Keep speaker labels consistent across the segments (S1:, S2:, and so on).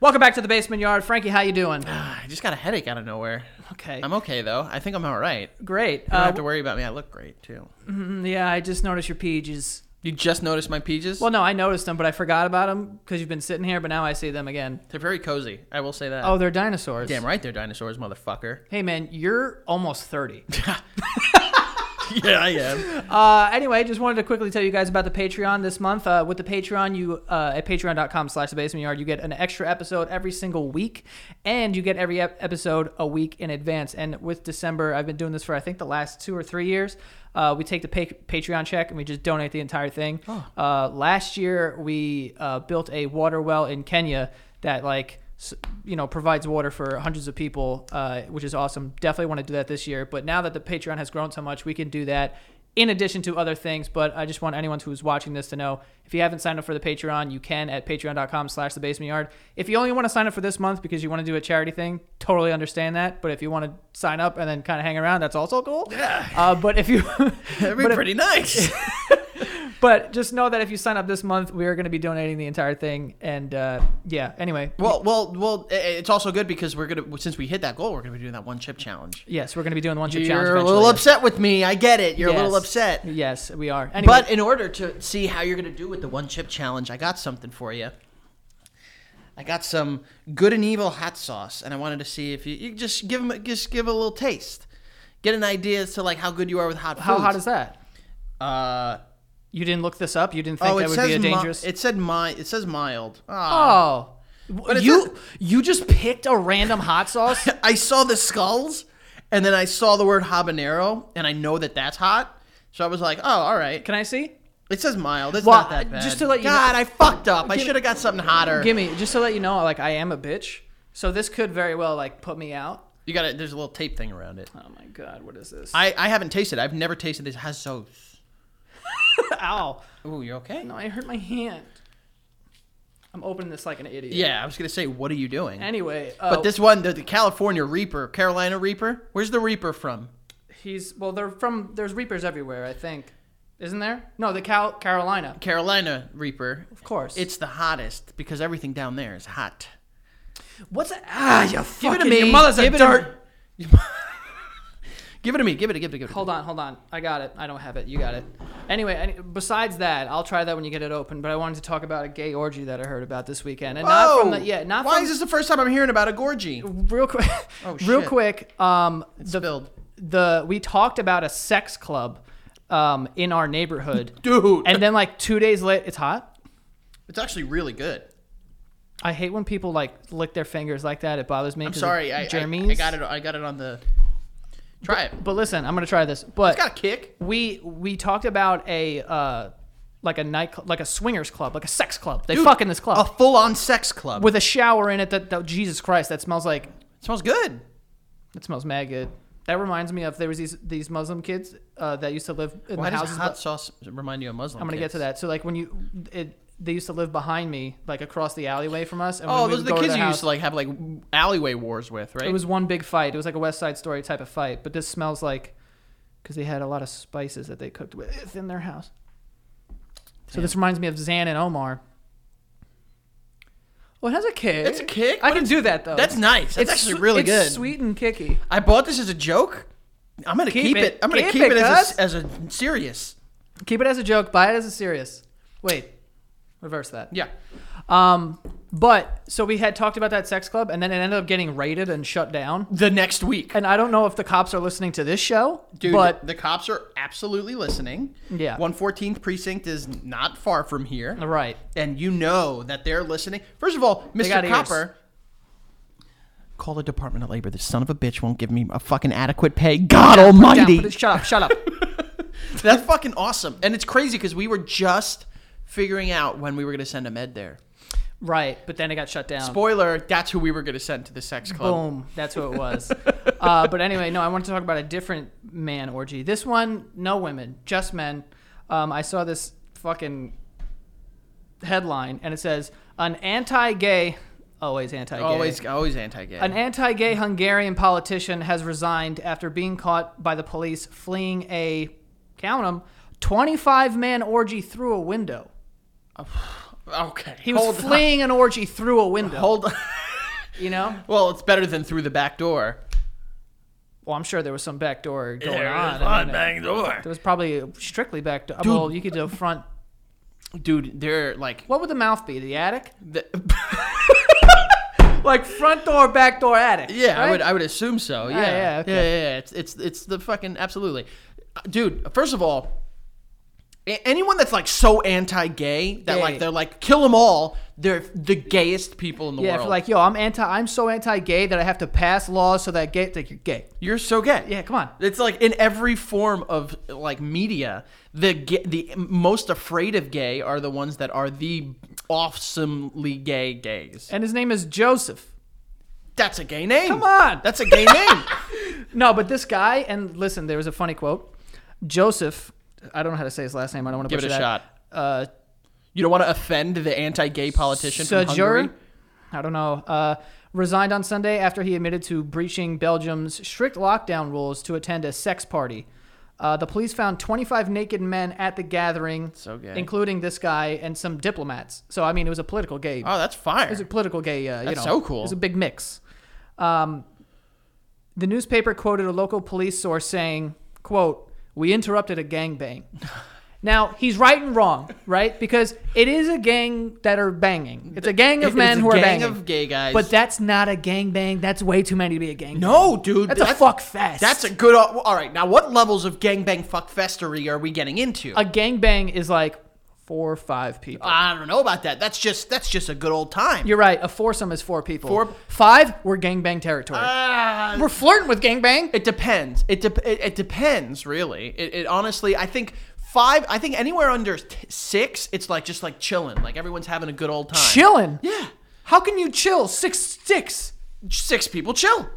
S1: Welcome back to the basement yard, Frankie. How you doing?
S2: I just got a headache out of nowhere.
S1: Okay,
S2: I'm okay though. I think I'm all right. You
S1: great.
S2: don't
S1: Uh,
S2: have to worry about me. I look great too.
S1: mm, yeah, I just noticed your peaches.
S2: You just noticed my peaches?
S1: Well, no, I noticed them, but I forgot about them because you've been sitting here. But now I see them again.
S2: they're very cozy. I will say that.
S1: Oh, they're dinosaurs.
S2: Uh, damn right, they're dinosaurs, motherfucker.
S1: Hey, man, you're almost thirty.
S2: yeah, I am.
S1: Uh, anyway, just wanted to quickly tell you guys about the Patreon this month. Uh, with the Patreon, you uh, at patreon.com slash the basement yard, you get an extra episode every single week, and you get every ep- episode a week in advance. And with December, I've been doing this for I think the last two or three years. Uh, we take the pa- Patreon check and we just donate the entire thing. Uh, last year, we uh, built a water well in Kenya that like s- you know provides water for hundreds of people uh, which is awesome definitely want to do that this year but now that the patreon has grown so much we can do that in addition to other things but i just want anyone who's watching this to know if you haven't signed up for the patreon you can at patreon.com slash the basement yard if you only want to sign up for this month because you want to do a charity thing totally understand that but if you want to sign up and then kind of hang around that's also cool yeah. uh, but if you
S2: That'd be
S1: but if-
S2: pretty nice.
S1: but just know that if you sign up this month we are going to be donating the entire thing and uh, yeah anyway
S2: well, well, well. i- i- It's also good because we're gonna since we hit that goal, we're gonna be doing that one chip challenge.
S1: yes we're going to be doing the one chip
S2: You're
S1: challenge
S2: a
S1: eventually.
S2: little upset with me. I get it. You're a little
S1: Yes.
S2: upset.
S1: Yes, we are. Anyway,
S2: But in order to see how you're gonna do with the one chip challenge, I got something for you. I got some good and evil hot sauce, and I wanted to see if you, you just give 'em- just give it a little taste, get an idea as to like how good you are with hot.
S1: how
S2: foods.
S1: hot is that?
S2: Uh,
S1: You didn't look this up. You didn't think
S2: oh, it
S1: that would be a
S2: says mi-
S1: dangerous.
S2: it said mi- It says mild. Ah.
S1: oh,
S2: it
S1: you
S2: says-
S1: you just picked a random hot sauce.
S2: I saw the skulls, and then I saw the word habanero, and I know that that's hot. So I was like, oh, all right.
S1: Can I see?
S2: It says mild. It's
S1: Well,
S2: not that
S1: uh,
S2: bad.
S1: just to let you know-
S2: God, I fucked up. I
S1: Gimme-
S2: should have got something hotter.
S1: Give me just to let you know. Like I am a bitch, so this could very well like put me out.
S2: You got it. There's a little tape thing around it.
S1: Oh my god, what is this?
S2: I, I haven't tasted. it. I've never tasted this. Has so.
S1: Ow!
S2: Ooh, you okay?
S1: No, I hurt my hand. I'm opening this like an idiot.
S2: Yeah, I was gonna say, what are you doing?
S1: Anyway, uh,
S2: but this one, the, the California Reaper, Carolina Reaper. Where's the Reaper from?
S1: he's well. They're from. There's reapers everywhere. I think, isn't there? No, the Cal Carolina.
S2: Carolina Reaper.
S1: Of course.
S2: It's the hottest because everything down there is hot.
S1: what's that? Ah, you
S2: Give
S1: fucking.
S2: it to me.
S1: Your mother's
S2: give
S1: a
S2: it to
S1: dirt.
S2: me. give it to me. Give it. Give it. Give it.
S1: Hold on, hold on. I got it. I don't have it. You got it. Anyway, any, besides that, I'll try that when you get it open. But I wanted to talk about a gay orgy that I heard about this weekend, and not from the yeah, not
S2: Oh! Why
S1: from
S2: is this the first time I'm hearing about a gorgie?
S1: real quick.
S2: Oh,
S1: Real
S2: shit.
S1: quick. Um, the
S2: Spilled.
S1: the we talked about a sex club, um, in our neighborhood,
S2: Dude.
S1: and then like two days later, it's hot.
S2: It's actually really good.
S1: I hate when people like lick their fingers like that. It bothers me.
S2: I'm sorry. I, I,
S1: Jeremy's.
S2: I got it. I got it on the. Try it.
S1: But listen, I'm gonna try this. But
S2: It's got a kick.
S1: we we talked about a uh like a night like a swingers club like a sex club they
S2: Dude,
S1: fuck in this club
S2: A full-on sex club.
S1: with a shower in it that, that jesus christ that smells like
S2: it smells good.
S1: that smells mad good that reminds me of there was these these muslim kids uh, that used to live in
S2: Why
S1: the
S2: does
S1: houses
S2: hot
S1: but-
S2: sauce remind you of Muslim?
S1: i'm gonna get to that so like when you it they used to live behind me like across the alleyway from us and when
S2: Oh,
S1: we
S2: those are
S1: would
S2: the
S1: go
S2: kids
S1: to
S2: you
S1: their
S2: used
S1: house-
S2: to like have like alleyway wars with, right?
S1: it was one big fight it was like a west side story type of fight but this smells like because they had a lot of spices that they cooked with in their house so this reminds me of Zan and Omar. Oh, it has a kick.
S2: It's a kick,
S1: I
S2: but
S1: can do that though.
S2: That's nice. That's actually
S1: swe-
S2: really
S1: it's
S2: good.
S1: Sweet and kicky.
S2: I bought this as a joke. I'm gonna
S1: Keep
S2: keep,
S1: it.
S2: it. I'm gonna
S1: Keep
S2: keep,
S1: it,
S2: it, as
S1: cuz.
S2: a, as a serious.
S1: Keep it as a joke. Buy it as a serious. Wait, reverse that.
S2: Yeah.
S1: Um, but so we had talked about that sex club, and then it ended up getting raided and shut down.
S2: The next week,
S1: And I don't know if the cops are listening to this show,
S2: dude.
S1: but
S2: the cops are absolutely listening.
S1: Yeah.
S2: 114th precinct is not far from here,
S1: right.
S2: and you know that they're listening. First of all,
S1: got
S2: Mr.
S1: ears.
S2: Copper. Call the Department of Labor. This son of a bitch won't give me a fucking adequate pay. God
S1: Down,
S2: Almighty.
S1: put it- shut up! Shut up!
S2: That's fucking awesome. And it's crazy because we were just figuring out when we were going to send a med there.
S1: right, but then it got shut down.
S2: Spoiler, that's who we were going to send to the sex club.
S1: Boom. That's who it was. uh, but anyway, no, I wanted to talk about a different man orgy. This one, no women, just men. Um, I saw this fucking headline, and it says an anti-gay, always anti-gay,
S2: Always always anti-gay.
S1: An anti-gay Hungarian politician has resigned after being caught by the police fleeing a count 'em 25-man orgy through a window.
S2: okay.
S1: He was
S2: hold
S1: fleeing an orgy through a window.
S2: On. Hold on.
S1: You know?
S2: Well, it's better than through the back door.
S1: Well, I'm sure there was some back door going
S2: There
S1: on.
S2: is
S1: I
S2: one
S1: mean,
S2: back door.
S1: There was probably strictly back door.
S2: Dude.
S1: Well, you could do front.
S2: Dude, they're like
S1: What would the mouth be? The attic?
S2: the,
S1: Like front door, back door, attic.
S2: Yeah, I
S1: right? Oh,
S2: would I would assume so. Yeah.
S1: yeah, okay.
S2: yeah, yeah, yeah. It's it's it's the fucking absolutely. Uh, Dude, first of all, a- anyone that's like so anti-gay that
S1: Yeah,
S2: like
S1: yeah.
S2: they're like kill them all, they're the gayest people in the
S1: Yeah, if
S2: world.
S1: you're like, yo, I'm anti, I'm so anti-gay that I have to pass laws so that gay, that you're gay.
S2: You're so gay.
S1: Yeah, come on.
S2: It's like in every form of like media, the ga- the most afraid of gay are the ones that are the awesomely gay gays.
S1: And his name is Joseph.
S2: That's a gay name.
S1: Come on.
S2: That's a gay name.
S1: No, but this guy, and listen, there was a funny quote. Joseph, I don't know how to say his last name. I don't want to
S2: Give it a
S1: that.
S2: shot.
S1: Uh,
S2: You don't want to offend the anti-gay politician from Hungary.
S1: Sajur, I don't know, uh, resigned on Sunday after he admitted to breaching Belgium's strict lockdown rules to attend a sex party. Uh, the police found 25 naked men at the gathering,
S2: So gay.
S1: including this guy and some diplomats. So, I mean, it was a political gay
S2: Oh, that's fire.
S1: It was a political gay. Uh, you
S2: That's
S1: know,
S2: so cool.
S1: It was a big mix. Um, the newspaper quoted a local police source saying, "quote We interrupted a gangbang." now he's right and wrong, right? Because it is a gang that are banging. It's a gang of
S2: It's
S1: men
S2: a
S1: who are
S2: gang
S1: banging.
S2: of gay guys.
S1: But that's not a gangbang. That's way too many to be a gang.
S2: No, dude.
S1: that's, a fuck fest.
S2: That's a good. uh, All right, now what levels of gangbang fuck festery are we getting into?
S1: a gangbang is like four or five people.
S2: I don't know about that. That's just that's just a good old time.
S1: You're right. A foursome is four people.
S2: Four-
S1: five. We're gangbang territory.
S2: Ah,
S1: we're flirting with gangbang.
S2: it depends. It, de- it it depends really. It, it honestly, I think five. I think anywhere under t- six, it's like just like chilling. Like everyone's having a good old time.
S1: Chilling.
S2: Yeah,
S1: How can you chill six sticks?
S2: six people chill.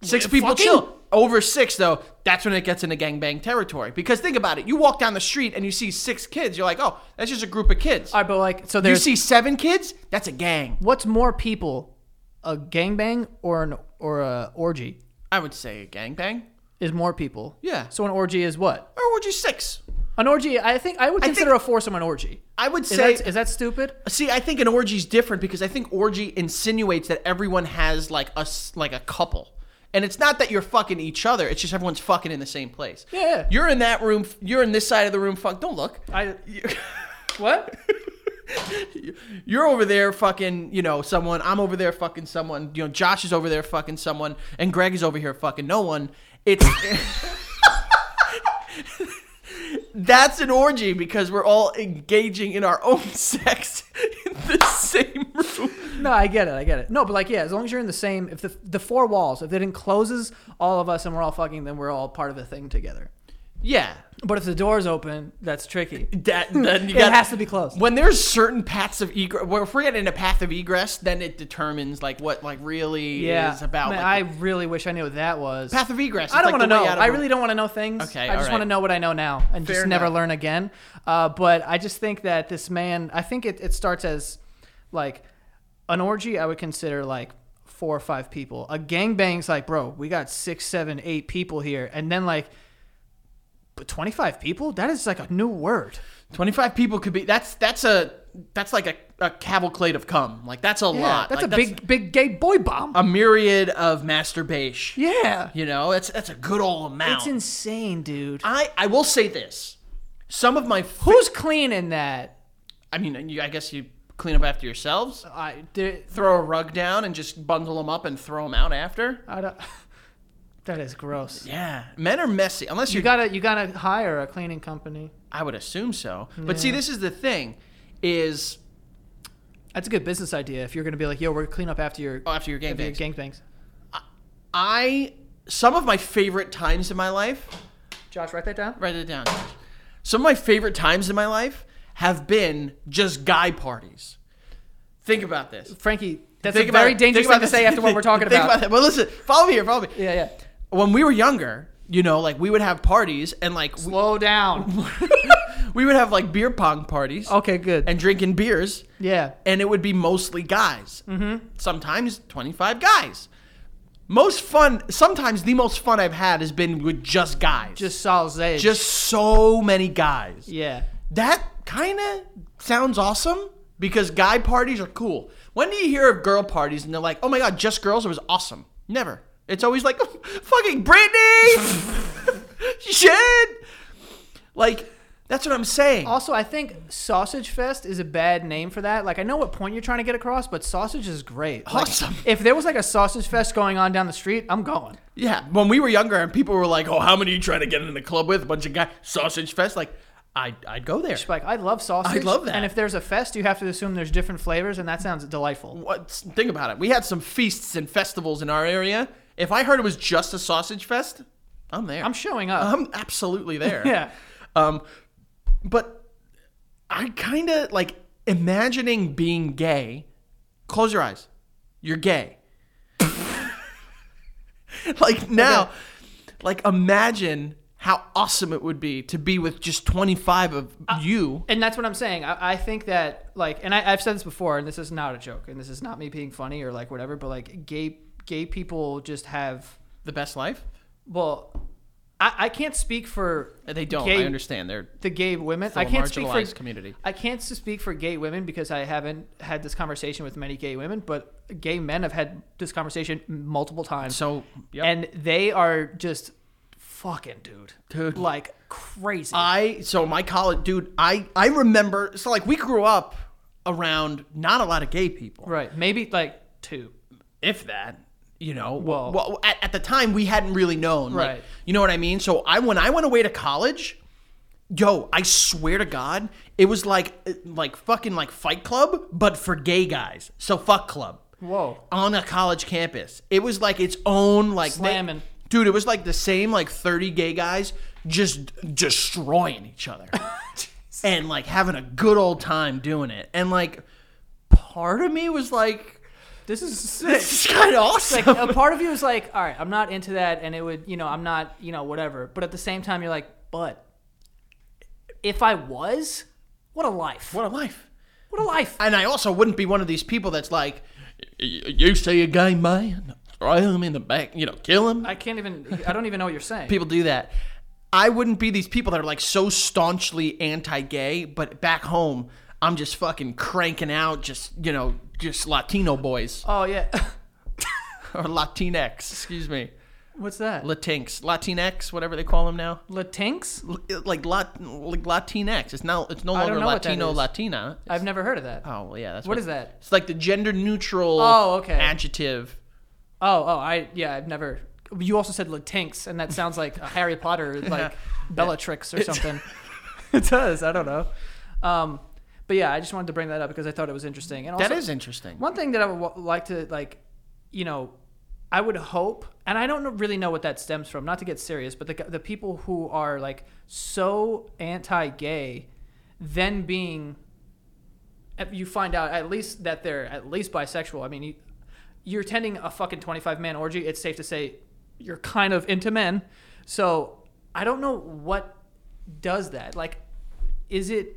S2: Six
S1: Yeah,
S2: people
S1: fucking-
S2: chill. Over six, though, that's when it gets into gangbang territory. Because think about it. You walk down the street and you see six kids. You're like, oh, that's just a group of kids.
S1: All right, but like, so
S2: you
S1: there's
S2: see seven kids? That's a gang.
S1: what's more people, a gangbang or an or a orgy
S2: I would say a gangbang.
S1: is more people.
S2: Yeah.
S1: So an orgy is what?
S2: Or would you six?
S1: An orgy, I think I would
S2: think-
S1: consider a foursome an orgy.
S2: I would
S1: Is
S2: say.
S1: that is that stupid?
S2: see, I think an orgy's different because I think orgy insinuates that everyone has like us like a couple. And it's not that you're fucking each other. It's just everyone's fucking in the same place.
S1: Yeah.
S2: You're in that room. f- You're in this side of the room. Fuck. Don't look.
S1: I what?
S2: You're over there fucking, you know, someone. I'm over there fucking someone. You know, Josh is over there fucking someone, and Greg is over here fucking no one. It's that's an orgy because we're all engaging in our own sex in the same room.
S1: No, I get it. I get it. No, but like, yeah, as long as you're in the same, if the the four walls, if it encloses all of us and we're all fucking, then we're all part of a thing together.
S2: Yeah,
S1: But if the door's open, that's tricky.
S2: that then you
S1: It
S2: got
S1: has to be closed.
S2: When there's certain paths of egress, well, if we're getting into path of egress, then it determines like what like really
S1: Yeah,
S2: is about.
S1: Man,
S2: like,
S1: I really wish I knew what that was.
S2: path of egress.
S1: I
S2: It's
S1: don't
S2: like
S1: want to
S2: the way
S1: know.
S2: out of
S1: I
S2: a-
S1: really don't want to know things.
S2: Okay,
S1: I just want
S2: all
S1: to
S2: right.
S1: know what I know now and just
S2: Fair
S1: never
S2: enough.
S1: learn again. Uh, but I just think that this man, I think it, it starts as like an orgy, I would consider like four or five people. A gangbang's like, bro, we got six, seven, eight people here. And then like, but 25 people? That is like a new word.
S2: 25 people could be that's that's a that's like a, a cavalcade of cum like that's Uh, a
S1: Yeah,
S2: lot
S1: That's
S2: Like,
S1: a big, big gay boy bomb.
S2: a myriad of masturbation
S1: yeah.
S2: you know that's that's a good old amount
S1: It's insane, dude.
S2: i i will say this some of my fa-
S1: Who's cleaning that?
S2: i mean you, i guess you clean up after yourselves
S1: I, there-
S2: throw a rug down and just bundle them up and throw them out after
S1: I don't, that is gross.
S2: yeah men are messy unless
S1: You
S2: you're
S1: gotta you gotta hire a cleaning company.
S2: i would assume so but see this is the thing is
S1: That's a good business idea if you're gonna be like, yo, we're gonna clean up after your
S2: oh, after your game
S1: after your gangbangs.
S2: i some of my favorite times in my life
S1: Josh, write that down.
S2: Write it down. Some of my favorite times in my life have been just guy parties. Think about this.
S1: Frankie, that's
S2: Think
S1: a
S2: about
S1: very
S2: it.
S1: dangerous
S2: Think
S1: thing
S2: about
S1: to
S2: this.
S1: say after what we're talking
S2: Think
S1: about.
S2: that. Well, listen, follow me here. Follow me.
S1: Yeah, yeah.
S2: When we were younger, you know, like we would have parties and like we,
S1: Slow down.
S2: we would have like beer pong parties
S1: okay, good.
S2: and drinking beers
S1: yeah.
S2: and it would be mostly guys. Mm-hmm. Sometimes 25 guys. Most fun, sometimes the most fun I've had has been with just guys.
S1: Just Salzage.
S2: just so many guys.
S1: Yeah.
S2: That kind of sounds awesome because guy parties are cool. When do you hear of girl parties and they're like, oh my god, just girls? It was awesome. Never. It's always like, "Oh, fucking Britney! Shit! Like, that's what I'm saying.
S1: Also, I think Sausage Fest is a bad name for that. Like, I know what point you're trying to get across, but sausage is great. Like,
S2: Awesome.
S1: if there was like a sausage fest going on down the street, I'm going.
S2: Yeah, when we were younger and people were like, "Oh, how many you trying to get in the club with?" A bunch of guys, sausage fest. Like, I'd I'd go there.
S1: Just Like, I love sausage.
S2: I love that.
S1: And if there's a fest, you have to assume there's different flavors, and that sounds delightful.
S2: What? Think about it. We had some feasts and festivals in our area. If I heard it was just a sausage fest, I'm there.
S1: I'm showing up.
S2: I'm absolutely there.
S1: Yeah.
S2: Um, but I kind of like imagining being gay. Close your eyes. You're gay. like now, like imagine how awesome it would be to be with just 25 of
S1: Uh,
S2: you.
S1: and that's what I'm saying. I, I think that like, and I, I've said this before, and this is not a joke, and this is not me being funny or like whatever, but like gay gay people just have
S2: The best life?
S1: well, I, I can't speak for
S2: Uh, They don't.
S1: Gay-
S2: I understand. They're
S1: the gay women.
S2: still
S1: I
S2: a
S1: can't speak for
S2: marginalized community.
S1: I can't speak for gay women because I haven't had this conversation with many gay women, but gay men have had this conversation multiple times.
S2: So, yep.
S1: and they are just fucking dude,
S2: Dude.
S1: like crazy.
S2: I so my college dude, I I remember so like we grew up around not a lot of gay people.
S1: right? Maybe like two.
S2: if that you know
S1: Well-
S2: well, at, at the time we hadn't really known like,
S1: Right.
S2: you know what i mean so i when i went away to college yo i swear to god it was like like fucking like fight club but for gay guys so fuck club
S1: Whoa.
S2: on a college campus it was like its own like they-
S1: Slamming.
S2: dude it was like the same like 30 gay guys just destroying each other and like having a good old time doing it and like part of me was like
S1: This is sick.
S2: this is kind of awesome
S1: like a part of you is like, all right, I'm not into that, and it would, you know, I'm not, you know, whatever. But at the same time, you're like, but if I was, what a life! What,
S2: What a life.
S1: a life!
S2: And I also wouldn't be one of these people that's like, "Y- you say a gay man, throw him in the back, you know, kill him.
S1: I can't even. I don't even know what you're saying.
S2: people do that. I wouldn't be these people that are like so staunchly anti gay, but back home, I'm just fucking cranking out just, you know, just Latino boys
S1: oh yeah,
S2: or Latinx, excuse me.
S1: what's that?
S2: Latinx, Latinx, whatever they call them now.
S1: Latinx?
S2: L- Like, Lat- like Latinx. It's now it's no
S1: don't
S2: longer
S1: know what that
S2: Latino
S1: is.
S2: Latina.
S1: I've never heard of that.
S2: Oh well, yeah, that's
S1: What is that?
S2: It's like the gender neutral.
S1: Oh, okay.
S2: Adjective.
S1: Oh oh, I yeah, I've never. You also said Latinx, and that sounds like a Harry Potter, like Bellatrix or something. it does. I don't know. Um, but yeah, I just wanted to bring that up because I thought it was interesting. And also,
S2: that is interesting.
S1: One thing that I would wa- like to like, you know, I would hope, and I don't know- really know what that stems from. Not to get serious, but the g- the people who are like so anti-gay, then being, at- you find out at least that they're at least bisexual. I mean, you, you're attending a fucking 25 man orgy. It's safe to say you're kind of into men. So I don't know what does that. Like, is it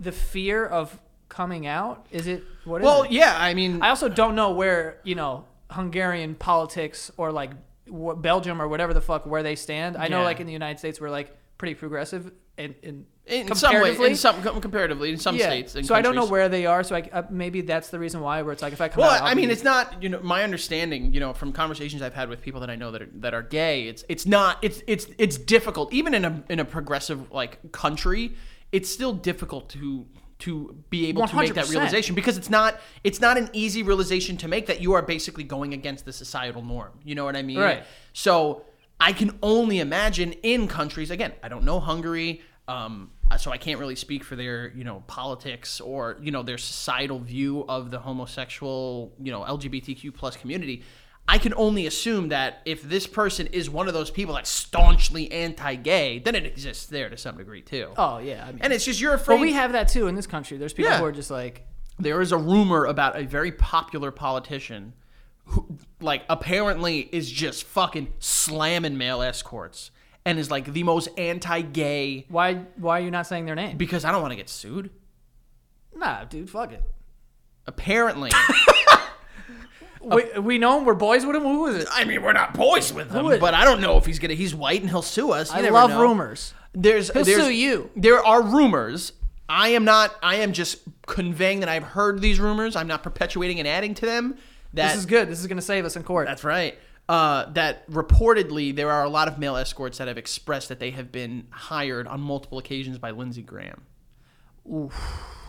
S1: the fear of coming out? Is it what is
S2: Well,
S1: it?
S2: yeah, I mean,
S1: I also don't know where you know Hungarian politics or like w- Belgium or whatever the fuck where they stand. I know
S2: Yeah.
S1: like in the United States we're like pretty progressive and in,
S2: in some way,
S1: comparatively.
S2: in some com- comparatively, in some
S1: yeah.
S2: states. And
S1: so I don't know
S2: countries.
S1: where they are. So I, uh, maybe that's the reason why. Where it's like if I come out,
S2: Well,
S1: I'll
S2: I mean,
S1: be-
S2: it's not you know my understanding. You know, from conversations I've had with people that I know that are, that are gay, it's it's not it's it's it's difficult even in a in a progressive like country. It's still difficult to to be able to make that
S1: 100%.
S2: realization because it's not it's not an easy realization to make that you are basically going against the societal norm. You know what I mean?
S1: Right.
S2: So I can only imagine in countries again. I don't know Hungary, um, so I can't really speak for their you know politics or you know their societal view of the homosexual you know LGBTQ plus community. I can only assume that if this person is one of those people that's staunchly anti-gay, then it exists there to some degree too.
S1: Oh yeah, I mean,
S2: And it's just you're afraid.
S1: but we have that too in this country. There's people
S2: Yeah.
S1: who are just like
S2: there is a rumor about a very popular politician who like apparently is just fucking slamming male escorts and is like the most anti-gay
S1: why why are you not saying their name?
S2: because I don't want to get sued.
S1: nah, dude, fuck it.
S2: Apparently. Oh.
S1: we, we know him. We're boys with him. Who is it?
S2: I mean, we're not boys with him,
S1: Who is-
S2: but I don't know if he's going to he's white and he'll sue us. You
S1: I
S2: never
S1: love
S2: know.
S1: rumors.
S2: There's
S1: He'll
S2: there's
S1: sue you.
S2: There are rumors. I am not I am just conveying that I've heard these rumors. I'm not perpetuating and adding to them. That
S1: This is good. This is going to save us in court.
S2: that's right. Uh, that reportedly there are a lot of male escorts that have expressed that they have been hired on multiple occasions by Lindsey Graham.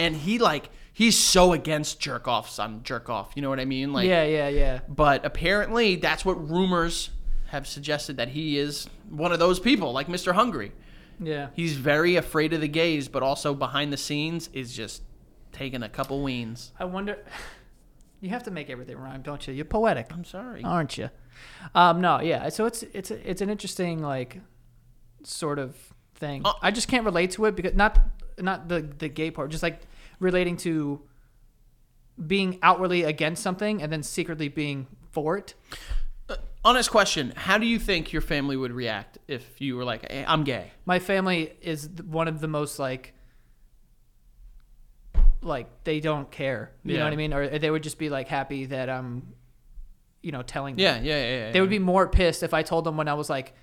S2: And he like he's so against jerk offs on jerk off. You know what I mean? Like
S1: yeah, yeah, yeah.
S2: but apparently that's what rumors have suggested that he is one of those people, like Mr. Hungry.
S1: Yeah.
S2: He's very afraid of the gays, but also behind the scenes is just taking a couple weens.
S1: I wonder. You have to make everything rhyme, don't you? You're poetic,
S2: I'm sorry.
S1: aren't you? Um, no, yeah. So it's it's it's an interesting like sort of thing.
S2: Oh.
S1: I just can't relate to it because not not the the gay part, just like relating to being outwardly against something and then secretly being for it.
S2: Honest question, how do you think your family would react if you were like, hey, I'm gay?
S1: My family is th- one of the most like like they don't care. You know
S2: Yeah.
S1: what I mean? Or they would just be like happy that I'm you know telling them.
S2: Yeah, yeah, yeah. yeah
S1: They would be more pissed if I told them when I was like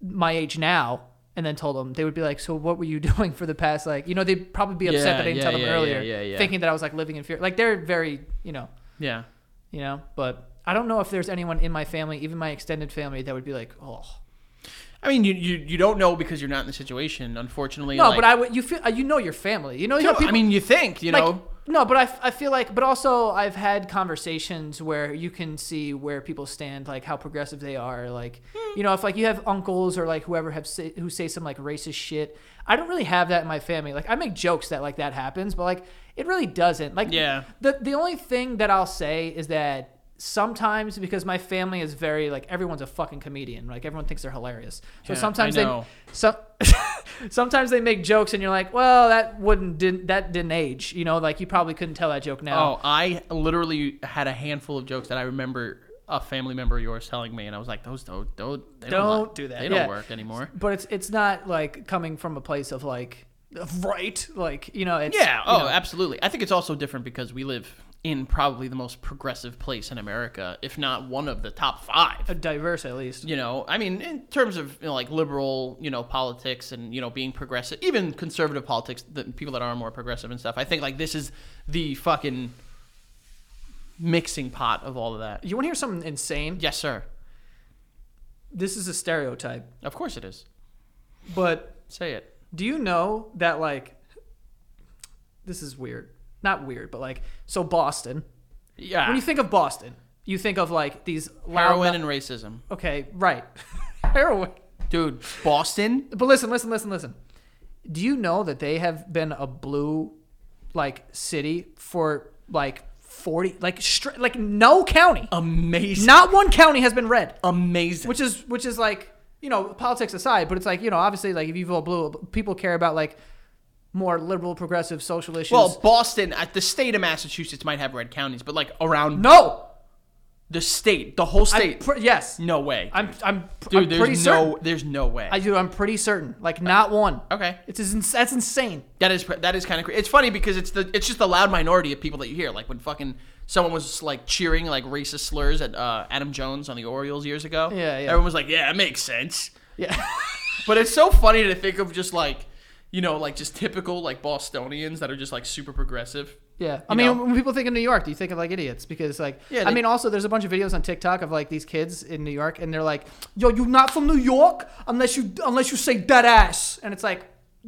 S1: my age now and then told them. They would be like, "So what were you doing for the past like, you know, they'd probably be upset
S2: Yeah,
S1: that I didn't
S2: yeah,
S1: tell them
S2: yeah,
S1: earlier,
S2: yeah, yeah, yeah.
S1: thinking that I was like living in fear." Like they're very, you know,
S2: yeah.
S1: you know, but I don't know if there's anyone in my family, even my extended family that would be like, "Oh."
S2: I mean, you, you you don't know because you're not in the situation, unfortunately.
S1: No,
S2: like-
S1: but I would you feel you know your family. You know, you know
S2: I mean, you think, you
S1: like,
S2: know.
S1: No, but I, f- I feel like, but also I've had conversations where you can see where people stand, like how progressive they are. Like,
S2: Hmm.
S1: you know, if like you have uncles or like whoever have say, who say some like racist shit, I don't really have that in my family. Like, I make jokes that like that happens, but like it really doesn't. Like,
S2: Yeah.
S1: The the only thing that I'll say is that sometimes because my family is very like everyone's a fucking comedian, like everyone thinks they're hilarious. So
S2: Yeah, I
S1: sometimes
S2: know.
S1: they so sometimes they make jokes and you're like, well, that wouldn't didn't that didn't age, you know, like you probably couldn't tell that joke now.
S2: Oh, I literally had a handful of jokes that I remember a family member of yours telling me, and I was like, "Those don't, don't, they don't,
S1: Don't
S2: li-
S1: do that.
S2: They don't
S1: Yeah.
S2: work anymore."
S1: But it's it's not like coming from a place of like right, like you know, it's
S2: Yeah.
S1: you
S2: Oh,
S1: know,
S2: absolutely. I think it's also different because we live in probably the most progressive place in America, if not one of the top five.
S1: diverse at least.
S2: You know, I mean, in terms of you know, like liberal, you know, politics and you know being progressive, even conservative politics, the people that are more progressive and stuff. I think like this is the fucking mixing pot of all of that.
S1: You want to hear something insane?
S2: Yes, sir.
S1: This is a stereotype,
S2: Of course it is.
S1: but
S2: Say it.
S1: Do you know that like this is weird? Not weird, but like so Boston.
S2: Yeah.
S1: When you think of Boston, you think of like these loud
S2: Ah. Heroin and racism.
S1: Okay, right. Heroin.
S2: Dude, Boston?
S1: But listen, listen, listen, listen. Do you know that they have been a blue like city for like 40 like stri- like no county.
S2: Amazing.
S1: Not one county has been red.
S2: Amazing.
S1: which is which is like you know politics aside but it's like you know obviously like if you vote blue people care about like more liberal progressive social issues
S2: well, Boston, at the state of Massachusetts might have red counties, but like around
S1: no
S2: the state, the whole
S1: I'm
S2: state.
S1: pre- yes
S2: no way.
S1: i'm i'm,
S2: Dude,
S1: I'm
S2: there's
S1: pretty
S2: no
S1: certain
S2: there's no way.
S1: i do i'm pretty certain like not one
S2: okay.
S1: it's is ins- that's insane
S2: That is that is kind of crazy. It's funny because it's the it's just the loud minority of people that you hear. Like when fucking someone was like cheering like racist slurs at uh, Adam Jones on the Orioles years ago.
S1: Yeah, yeah.
S2: Everyone was like, "Yeah, it makes sense."
S1: yeah
S2: But it's so funny to think of just like, you know, like just typical like Bostonians that are just like super progressive.
S1: yeah i
S2: You
S1: mean
S2: know?
S1: when people think of new york do you think of like idiots because like
S2: Yeah,
S1: i
S2: they-
S1: mean also there's a bunch of videos on tiktok of like these kids in new york and they're like yo you're not from new york unless you unless you say dead ass and it's like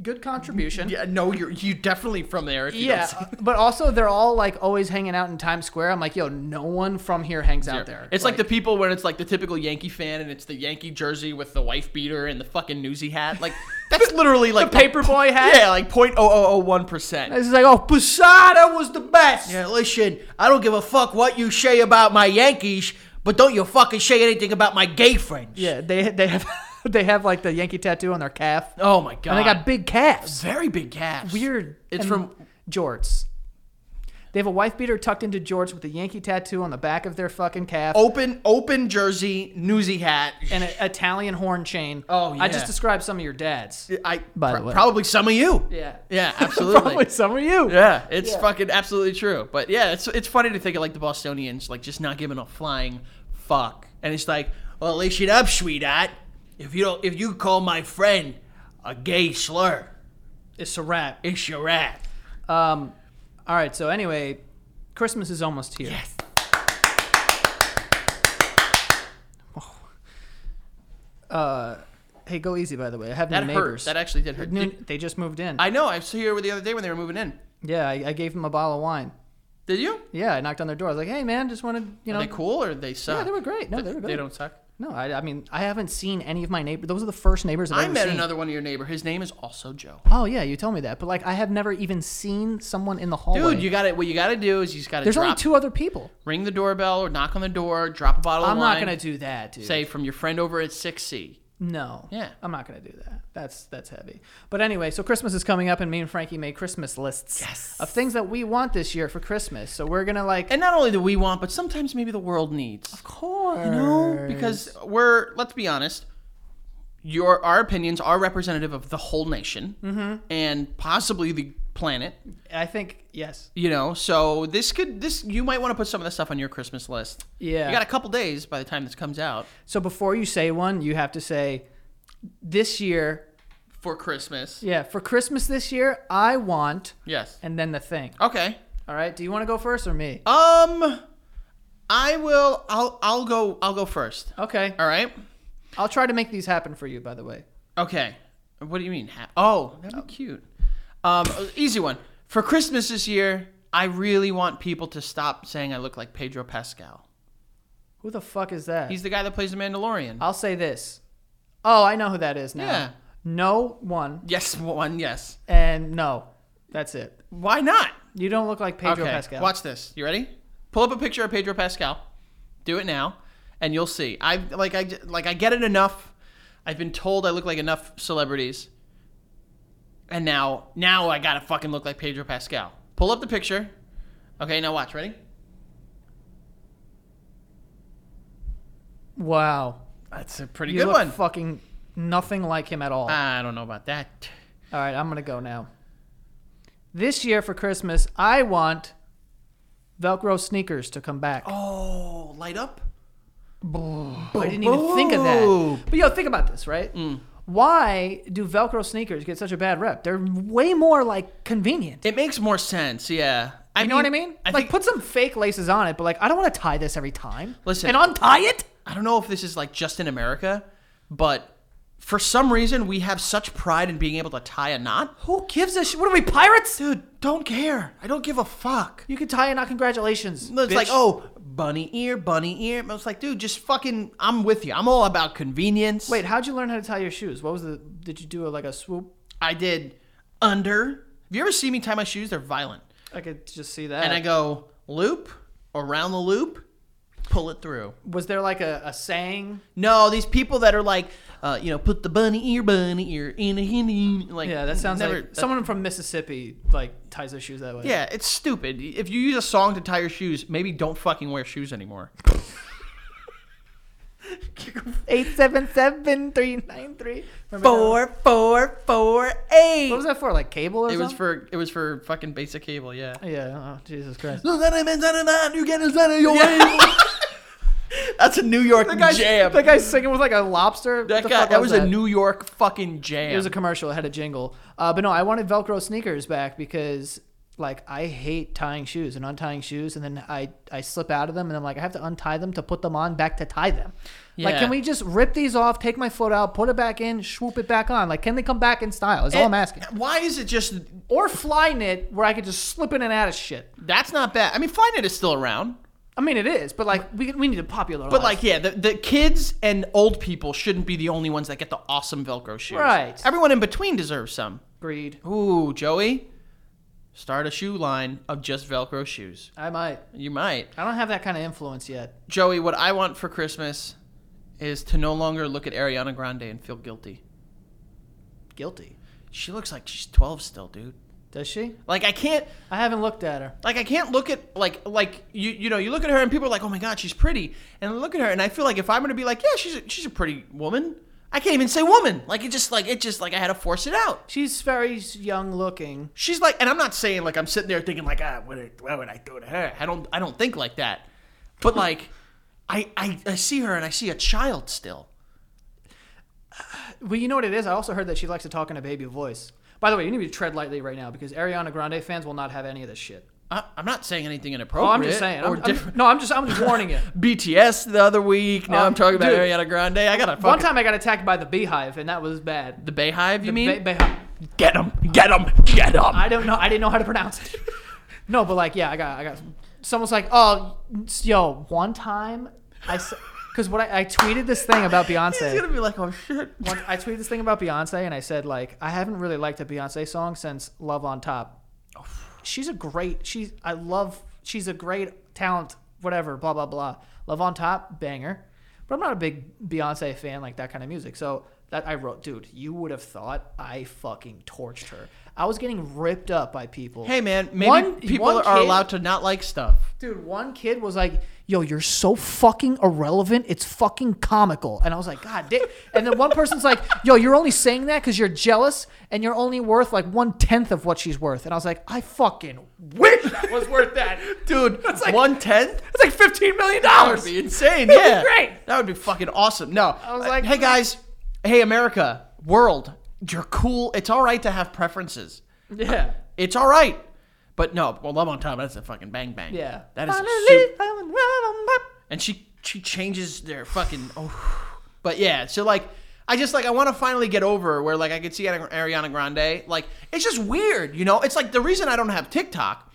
S1: good contribution
S2: Yeah, no, you're you definitely from there. If you don't
S1: Yeah,
S2: say-
S1: uh, but also they're all like always hanging out in Times Square. I'm like, yo, no one from here hangs out there.
S2: It's like, the people when it's like the typical Yankee fan and it's the Yankee jersey with the wife beater and the fucking newsy hat. Like that's literally like
S1: paperboy hat?
S2: Yeah, like point oh oh oh one percent.
S1: it's just like, oh, Posada was the best.
S2: Yeah, listen, I don't give a fuck what you say about my Yankees, but don't you fucking say anything about my gay friends.
S1: Yeah, they they have they have like the Yankee tattoo on their calf,
S2: Oh my god.
S1: and they got big calves.
S2: very big calves.
S1: Weird.
S2: It's
S1: And
S2: from
S1: jorts. They have a wife beater tucked into jorts with a Yankee tattoo on the back of their fucking calf.
S2: open open jersey, newsy hat.
S1: And an Italian horn chain.
S2: Oh,
S1: I
S2: yeah.
S1: just described some of your dads.
S2: I
S1: By
S2: pr-
S1: the way.
S2: probably some of you.
S1: Yeah.
S2: Yeah, absolutely.
S1: Probably some of you.
S2: Yeah, it's fucking absolutely true. But yeah, it's it's funny to think of like the Bostonians like just not giving a flying fuck, and it's like, well, lace it up, sweetheart. If you don't, if you call my friend a gay slur,
S1: It's a wrap.
S2: it's your rap.
S1: Um, All right. So anyway, Christmas is almost here.
S2: Yes.
S1: Oh. Uh, hey, go easy. By the way, I have
S2: That
S1: new
S2: hurt.
S1: neighbors.
S2: That actually did hurt.
S1: New-
S2: Did-
S1: they just moved in.
S2: I know. I saw you the other day when they were moving in.
S1: yeah, I, I gave them a bottle of wine.
S2: Did you?
S1: Yeah, I knocked on their door. I was like, "Hey, man, just wanted you know."
S2: are they cool or they suck?
S1: Yeah, they were great. No,
S2: Th-
S1: they were good.
S2: They don't suck.
S1: No, I, I mean, I haven't seen any of my neighbors. Those are the first neighbors I've
S2: I
S1: ever
S2: met
S1: seen.
S2: another one of your neighbor. His name is also Joe.
S1: Oh yeah, you told me that, but like I have never even seen someone in the hallway.
S2: Dude, you got to What you got to do is you just got to
S1: There's
S2: drop,
S1: only two other people.
S2: ring the doorbell or knock on the door, drop a bottle
S1: I'm
S2: of
S1: not
S2: wine,
S1: gonna do that, dude.
S2: say from your friend over at 6C.
S1: No.
S2: Yeah.
S1: I'm not gonna do that. That's that's heavy. But anyway, so Christmas is coming up, and me and Frankie made Christmas lists
S2: Yes.
S1: of things that we want this year for Christmas. So we're gonna like,
S2: And not only do we want, but sometimes maybe the world needs.
S1: of course,
S2: You know, because we're let's be honest, your our opinions are representative of the whole nation
S1: Mm-hmm.
S2: and possibly the planet.
S1: I think yes,
S2: You know, so this could this you might want to put some of this stuff on your Christmas list.
S1: yeah.
S2: You got a couple days by the time this comes out
S1: so before you say one, you have to say, this year,
S2: for Christmas.
S1: yeah, for Christmas this year, I want,
S2: Yes.
S1: and then the thing.
S2: Okay.
S1: All right. Do you want to go first or me?
S2: Um I will I'll I'll go I'll go first.
S1: Okay.
S2: All right?
S1: I'll try to make these happen for you. By the way.
S2: Okay. What do you mean? Ha- oh, that'd be cute. Um, easy one. For Christmas this year, I really want people to stop saying I look like Pedro Pascal.
S1: Who the fuck is that?
S2: He's the guy that plays the Mandalorian.
S1: I'll say this. Oh, I know who that is now.
S2: Yeah.
S1: No one
S2: yes, one. Yes.
S1: and no. That's it.
S2: Why not?
S1: You don't look like Pedro
S2: okay.
S1: Pascal.
S2: Watch this. You ready? Pull up a picture of Pedro Pascal. Do it now, and you'll see. I like I like I get it enough. I've been told I look like enough celebrities, and now now I gotta fucking look like Pedro Pascal. Pull up the picture. Okay, now watch. Ready?
S1: Wow.
S2: That's a pretty
S1: You
S2: good
S1: look
S2: one.
S1: fucking nothing like him at all.
S2: I don't know about that.
S1: all right, I'm going to go now. This year for Christmas, I want Velcro sneakers to come back.
S2: Oh, light up.
S1: I didn't even think of that.
S2: Boom.
S1: But yo, think about this, right?
S2: Mm.
S1: Why do Velcro sneakers get such a bad rep? They're way more like convenient.
S2: It makes more sense. Yeah. I
S1: You know what I mean?
S2: I
S1: like,
S2: think,
S1: put some fake laces on it, but like, I don't want to tie this every time.
S2: Listen.
S1: and untie it.
S2: I don't know if this is like just in America, but for some reason we have such pride in being able to tie a knot.
S1: Who gives a shit? What are we pirates?
S2: Dude, don't care. I don't give a fuck.
S1: You can tie it. Not congratulations.
S2: It's like,
S1: bitch.
S2: oh, bunny ear, bunny ear. I was like, dude, just fucking, I'm with you. I'm all about convenience.
S1: wait, how'd you learn how to tie your shoes? What was the? Did you do a, like a swoop?
S2: I did under. Have you ever seen me tie my shoes? They're violent.
S1: I could just see that.
S2: and I go loop around the loop, pull it through.
S1: was there like a, a saying?
S2: No, these people that are like, uh, you know, put the bunny ear, bunny ear in a henny. Like,
S1: Yeah, that sounds
S2: never-
S1: like
S2: that-
S1: someone from Mississippi like ties their shoes that way.
S2: Yeah, it's stupid. If you use a song to tie your shoes, maybe don't fucking wear shoes anymore.
S1: Eight seven seven three nine three
S2: four, four, eight.
S1: What was that for? Like cable or
S2: It was
S1: something?
S2: for it was for fucking basic cable. Yeah.
S1: Yeah. Oh, Jesus Christ.
S2: That's a New York
S1: That guy's-
S2: jam.
S1: That guy's singing with like a lobster. What
S2: that
S1: the
S2: guy,
S1: fuck
S2: that was
S1: that?
S2: a New York fucking jam.
S1: It was a commercial. It had a jingle. Uh, but no, I wanted Velcro sneakers back because like I hate tying shoes and untying shoes, and then I I slip out of them, and I'm like I have to untie them to put them on back to tie them. Like,
S2: Yeah.
S1: can we just rip these off, take my foot out, put it back in, swoop it back on? Like, can they come back in style? Is all
S2: Eh.
S1: I'm asking.
S2: Why is it just
S1: Or fly knit, where I could just slip in and out of shit.
S2: That's not bad. I mean, Flyknit is still around,
S1: I mean, it is, but like we we need to popularize.
S2: but like, yeah, the, the kids and old people shouldn't be the only ones that get the awesome Velcro shoes.
S1: Right.
S2: Everyone in between deserves some.
S1: greed,
S2: Ooh, Joey, start a shoe line of just Velcro shoes.
S1: I might.
S2: You might,
S1: I don't have that kind of influence yet.
S2: Joey. What I want for Christmas is to no longer look at Ariana Grande and feel guilty.
S1: Guilty.
S2: She looks like she's twelve still, dude.
S1: Does she?
S2: Like I can't,
S1: I haven't looked at her.
S2: like I can't look at like like you you know you look at her and people are like oh my god she's pretty and I look at her and I feel like if I'm gonna be like yeah she's a, she's a pretty woman I can't even say woman like it just like it just like I had to force it out
S1: She's very young looking.
S2: she's like and I'm not saying like I'm sitting there thinking like ah what why would I do to her I don't I don't think like that but like I, I I see her and I see a child still
S1: Well, you know what it is? I also heard that she likes to talk in a baby voice. By the way, you need to tread lightly right now because Ariana Grande fans will not have any of this shit.
S2: I, I'm not saying anything
S1: Oh,
S2: inappropriate.
S1: I'm just saying.
S2: Or
S1: I'm- I'm-
S2: different.
S1: no, I'm just I'm just warning you.
S2: BTS the other week. Now
S1: Oh,
S2: I'm talking about
S1: dude.
S2: Ariana Grande. I got a
S1: One
S2: fucking
S1: time I got attacked by the beehive, and that was bad.
S2: the Bayhive. You mean?
S1: Ba- beehive.
S2: get him, get him, get him.
S1: I don't know. I didn't know how to pronounce it. no, but like, yeah, I got, I got. Someone's like, oh, yo, one time, I, because what I, I tweeted this thing about Beyonce.
S2: He's gonna be like, oh shit.
S1: One, I tweeted this thing about Beyonce, and I said like I haven't really liked a Beyonce song since Love on Top. She's a great. She's I love. She's a great talent. Whatever. Blah blah blah. Love on Top banger. But I'm not a big Beyonce fan like that kind of music. So that I wrote, dude, you would have thought I fucking torched her. I was getting ripped up by people.
S2: Hey man, maybe
S1: One-
S2: people
S1: one
S2: are
S1: kid-
S2: allowed to not like stuff.
S1: Dude, one kid was like, "Yo, you're so fucking irrelevant. It's fucking comical." And I was like, "God damn!" And then one person's like, "Yo, you're only saying that because you're jealous and you're only worth like one tenth of what she's worth." And I was like, "I fucking wish I was worth that,
S2: Dude,
S1: That's like
S2: one tenth?
S1: It's like fifteen million
S2: That would
S1: dollars.
S2: be insane.
S1: That'd be
S2: yeah,
S1: great.
S2: That would be fucking awesome. No, I
S1: was like-
S2: hey guys, hey America, world, you're cool. It's all right to have preferences.
S1: Yeah,
S2: It's all right, but no. Well, Love on Top, that's a fucking bang bang.
S1: yeah.
S2: that is. A
S1: Finally,
S2: super,
S1: I'm a-
S2: and she she changes their fucking. Oh, but yeah, so like. I just like I want to finally get over where like I could see Ari- Ariana Grande like it's just weird, you know. It's like the reason I don't have TikTok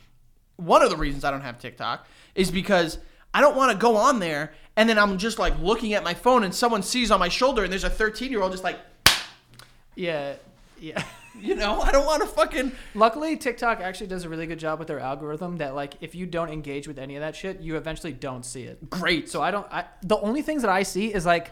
S2: one of the reasons I don't have TikTok is because I don't want to go on there and then I'm just like looking at my phone and someone sees on my shoulder and there's a 13 year old just like,
S1: Yeah, yeah.
S2: you know, I don't want to fucking.
S1: Luckily, TikTok actually does a really good job with their algorithm that like if you don't engage with any of that shit, you eventually don't see it.
S2: Great.
S1: So I don't. I, the only things that I see is like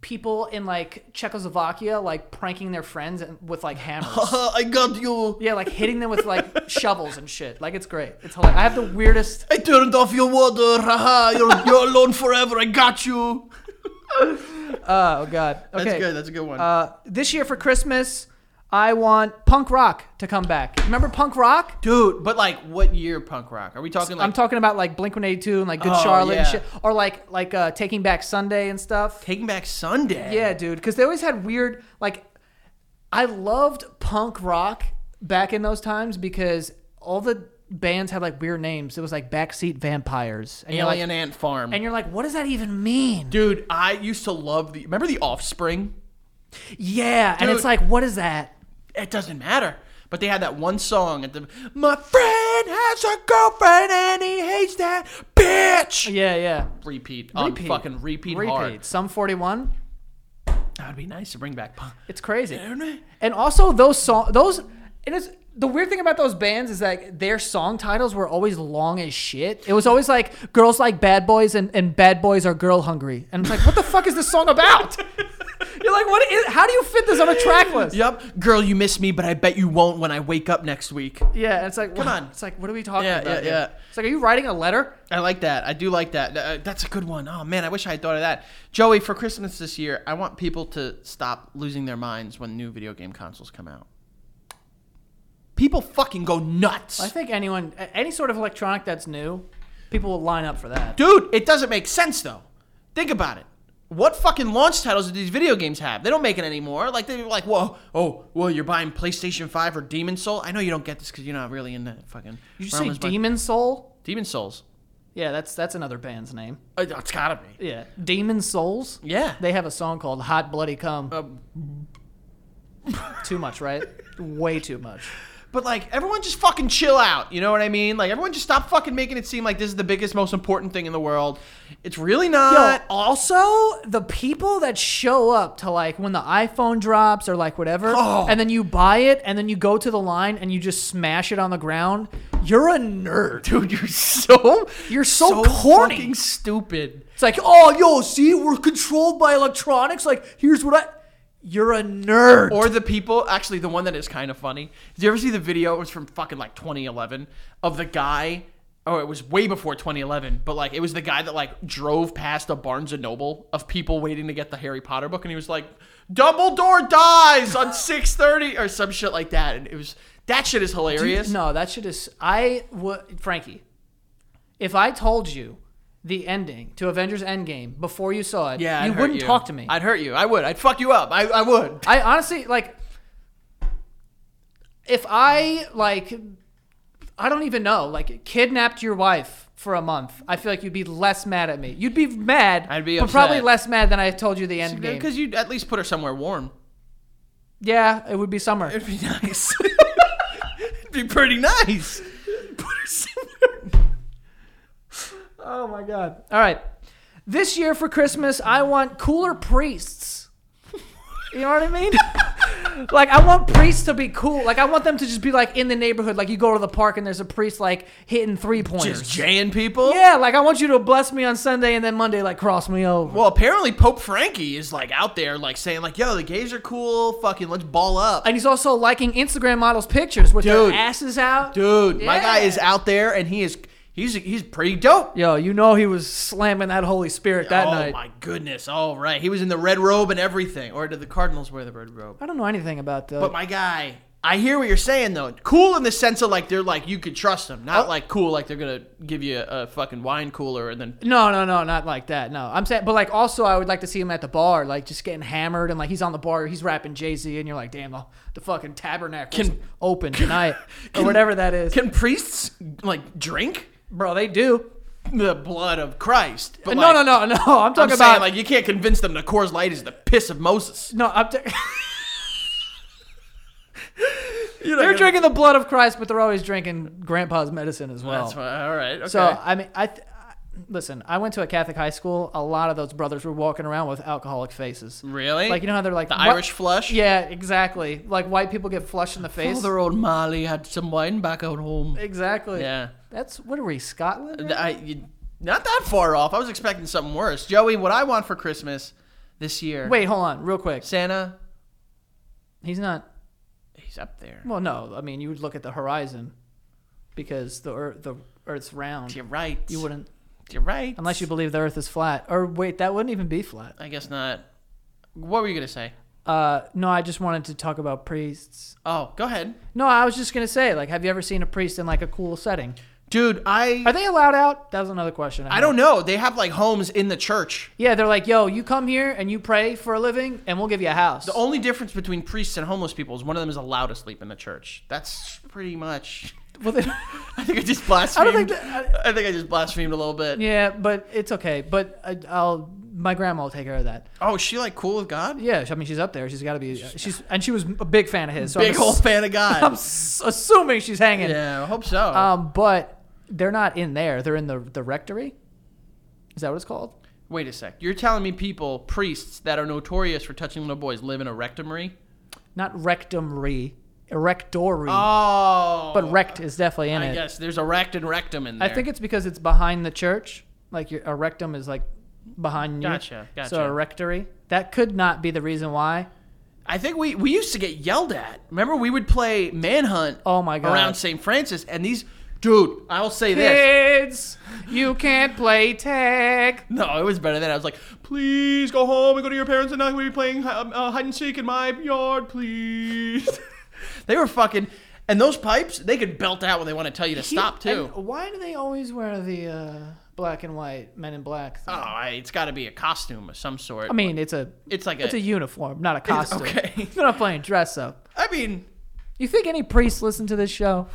S1: people in like Czechoslovakia like pranking their friends and, with like hammers.
S2: I got you.
S1: yeah, like hitting them with like shovels and shit. Like it's great. It's hilarious. I have the weirdest.
S2: I turned off your water. Haha. You're, you're alone forever. I got you.
S1: Oh god. Okay.
S2: That's good. That's a good one.
S1: Uh, this year for Christmas, I want punk rock to come back. Remember punk rock?
S2: Dude, but like, what year punk rock? Are we talking like
S1: I'm talking about like Blink 182 and like Good
S2: Oh,
S1: Charlotte and
S2: yeah.
S1: shit, or like like uh, Taking Back Sunday and stuff.
S2: Taking Back Sunday?
S1: Yeah, dude, because they always had weird like. I loved punk rock back in those times because all the bands had like weird names. It was like Backseat Vampires, and you're
S2: Alien
S1: like,
S2: Ant Farm.
S1: and you're like, what does that even mean?
S2: Dude, I used to love the. Remember The Offspring?
S1: yeah, and it's
S2: Dude.
S1: like, what is that?
S2: it doesn't matter. But they had that one song at the My friend has a girlfriend and he hates that bitch.
S1: Yeah, yeah.
S2: Repeat. On
S1: Repeat.
S2: fucking repeat, hard.
S1: Some 41.
S2: That would be nice to bring back. punk.
S1: It's crazy.
S2: Internet.
S1: And also those song those and it's the weird thing about those bands is that their song titles were always long as shit. It was always like girls like bad boys and, and bad boys are girl hungry. And it's like, what the fuck is this song about? You're like, what is how do you fit this on a track list?
S2: Yep. Girl, you miss me, but I bet you won't when I wake up next week.
S1: Yeah, and it's like, come
S2: on.
S1: It's like, what are we talking
S2: Yeah,
S1: about?
S2: yeah,
S1: here?
S2: yeah.
S1: It's like, are you writing a letter?
S2: I like that. I do like that. Uh, that's a good one. Oh man, I wish I had thought of that. Joey, for Christmas this year, I want people to stop losing their minds when new video game consoles come out. People fucking go nuts.
S1: I think anyone, a- any sort of electronic that's new, people will line up for that.
S2: Dude, it doesn't make sense though. Think about it. What fucking launch titles do these video games have? They don't make it anymore. Like they're like, whoa, oh, well, you're buying PlayStation Five or Demon Soul. I know you don't get this because you're not really in the fucking.
S1: Did you
S2: realm
S1: say
S2: as much.
S1: Demon Soul?
S2: Demon Souls?
S1: Yeah, that's that's another band's name.
S2: Uh, it's gotta be.
S1: Yeah, Demon Souls.
S2: Yeah.
S1: They have a song called Hot Bloody Cum. Um. too much, right? Way too much.
S2: But like, everyone just fucking chill out. You know what I mean? Like, everyone just stop fucking making it seem like this is the biggest, most important thing in the world. It's really
S1: Yo,
S2: not.
S1: also, the people that show up to like when the iPhone drops or like whatever,
S2: Oh.
S1: and then you buy it and then you go to the line and you just smash it on the ground, you're a nerd.
S2: Dude, you're so
S1: You're so corny.
S2: fucking stupid.
S1: It's like, oh, yo, see, we're controlled by electronics. Like, here's what I. You're a nerd.
S2: Or the people, actually, the one that is kind of funny. Did you ever see the video? It was from fucking like 2011 of the guy. Oh, it was way before 2011, but like it was the guy that like drove past a Barnes and Noble of people waiting to get the Harry Potter book, and he was like, "Dumbledore dies on 6:30" or some shit like that, and it was that shit is hilarious.
S1: No, that should is. I would, Frankie. If I told you the ending to Avengers Endgame before you saw it,
S2: Yeah, I'd
S1: you
S2: hurt
S1: wouldn't talk to me. I,
S2: I'd hurt you. I would. I'd fuck you up. I, I would.
S1: honestly like. If I like, I don't even know, like kidnapped your wife for a month, I feel like you'd be less mad at me. You'd be mad.
S2: I'd be
S1: But probably
S2: upset.
S1: less mad than I told you the end game.
S2: Because you'd at least put her somewhere warm.
S1: Yeah, it would be summer.
S2: It'd be nice. It'd be pretty nice. Put her somewhere.
S1: Oh my god. All right. This year for Christmas, I want cooler priests. You know what I mean? like I want priests to be cool. Like I want them to just be like in the neighborhood. Like you go to the park and there's a priest like hitting three pointers.
S2: Just jaying people.
S1: yeah, like I want you to bless me on Sunday and then Monday like cross me over.
S2: Well, apparently Pope Frankie is like out there, like saying, like, "Yo, the gays are cool. Fucking, let's ball up."
S1: and he's also liking Instagram models' pictures with
S2: Dude.
S1: their asses out.
S2: Dude, my guy
S1: Yeah.
S2: is out there, and he is he's he's pretty dope.
S1: Yo, you know he was slamming that Holy Spirit that
S2: oh
S1: night.
S2: my goodness! All right, he was in the red robe and everything. Or did the Cardinals wear the red robe?
S1: I don't know anything about that.
S2: But my guy, I hear what you're saying though. Cool in the sense of like they're like you could trust them, not
S1: Oh.
S2: like cool like they're gonna give you a, a fucking wine cooler and then.
S1: No, no, no, not like that. No, I'm saying, but like also, I would like to see him at the bar, like just getting hammered, and like he's on the bar, he's rapping Jay Z, and you're like, damn, the, the fucking tabernacle
S2: Can-
S1: open tonight or whatever that is,
S2: Can priests like drink
S1: bro. They do.
S2: the blood of Christ? But
S1: no,
S2: like,
S1: no, no, no. I'm
S2: I'm
S1: talking
S2: saying
S1: about
S2: like you can't convince them that Coors Light is the piss of Moses.
S1: no. I'm ta- they're drinking the blood of Christ, but they're always drinking Grandpa's medicine as well.
S2: That's why. All right. Okay.
S1: So I mean, I. Th- I- Listen, I went to a Catholic high school. A lot of those brothers were walking around with alcoholic faces.
S2: really?
S1: Like you know how they're like
S2: the
S1: "What-
S2: Irish flush.
S1: Yeah, exactly. Like white people get flushed in the face.
S2: Father old Molly had some wine back at home.
S1: exactly.
S2: Yeah.
S1: That's what are we, Scotland?
S2: Th- I, you, not that far off. I was expecting something worse. Joey, what I want for Christmas this year.
S1: Wait, hold on, real quick.
S2: Santa,
S1: He's not.
S2: he's up there.
S1: Well, no. I mean, you would look at the horizon because the earth, the Earth's round.
S2: You're right.
S1: You wouldn't,
S2: You're right.
S1: unless you believe the Earth is flat. Or wait, that wouldn't even be flat.
S2: I guess not. What were you gonna say?
S1: Uh, no, I just wanted to talk about priests.
S2: Oh, go ahead,
S1: No, I was just gonna say, like, have you ever seen a priest in like a cool setting?
S2: dude. I
S1: Are they allowed out? That was another question.
S2: I
S1: had.
S2: don't know. They have like homes in the church.
S1: Yeah, they're like, yo, you come here and you pray for a living, and we'll give you a house.
S2: The only difference between priests and homeless people is one of them is allowed to sleep in the church. That's pretty much.
S1: well, they-
S2: I think I just blasphemed. I,
S1: think
S2: think I just blasphemed a little bit.
S1: Yeah, but it's okay. But I, I'll my grandma will take care of that.
S2: Oh, is she like cool with God?
S1: Yeah, I mean she's up there. She's got to be. She's and she was a big fan of his. So
S2: Big
S1: I'm,
S2: old
S1: ass-
S2: fan of God.
S1: I'm s- assuming she's hanging.
S2: Yeah, I hope so.
S1: Um, but they're not in there. They're in the the rectory. Is that what it's called?
S2: Wait a sec. You're telling me people, priests that are notorious for touching little boys, live in a rectory?
S1: Not rectumry, rectory.
S2: Oh.
S1: but rect is definitely in
S2: I
S1: it.
S2: guess there's a rect and rectum in
S1: I
S2: there.
S1: think it's because it's behind the church. Like your a rectum is like behind you.
S2: Gotcha,
S1: So a
S2: gotcha.
S1: rectory. That could not be the reason why.
S2: I think we we used to get yelled at. Remember, we would play manhunt.
S1: Oh my God.
S2: Around St. Francis, and these, dude, I will say this.
S1: Kids, you can't play tag.
S2: No, it was better than that. I was like, please go home and go to your parents, and not be playing hi- uh, hide and seek in my yard, please. they were fucking, and those pipes, they could belt out when they want to tell you to stop
S1: He-
S2: too.
S1: and why do they always wear the uh, black and white Men in Black? Thing?
S2: Oh, I, it's got to be a costume of some sort.
S1: I mean, it's a
S2: it's like a.
S1: it's a uniform, not a costume.
S2: okay.
S1: They're not playing dress up.
S2: I mean,
S1: You think any priest listened to this show?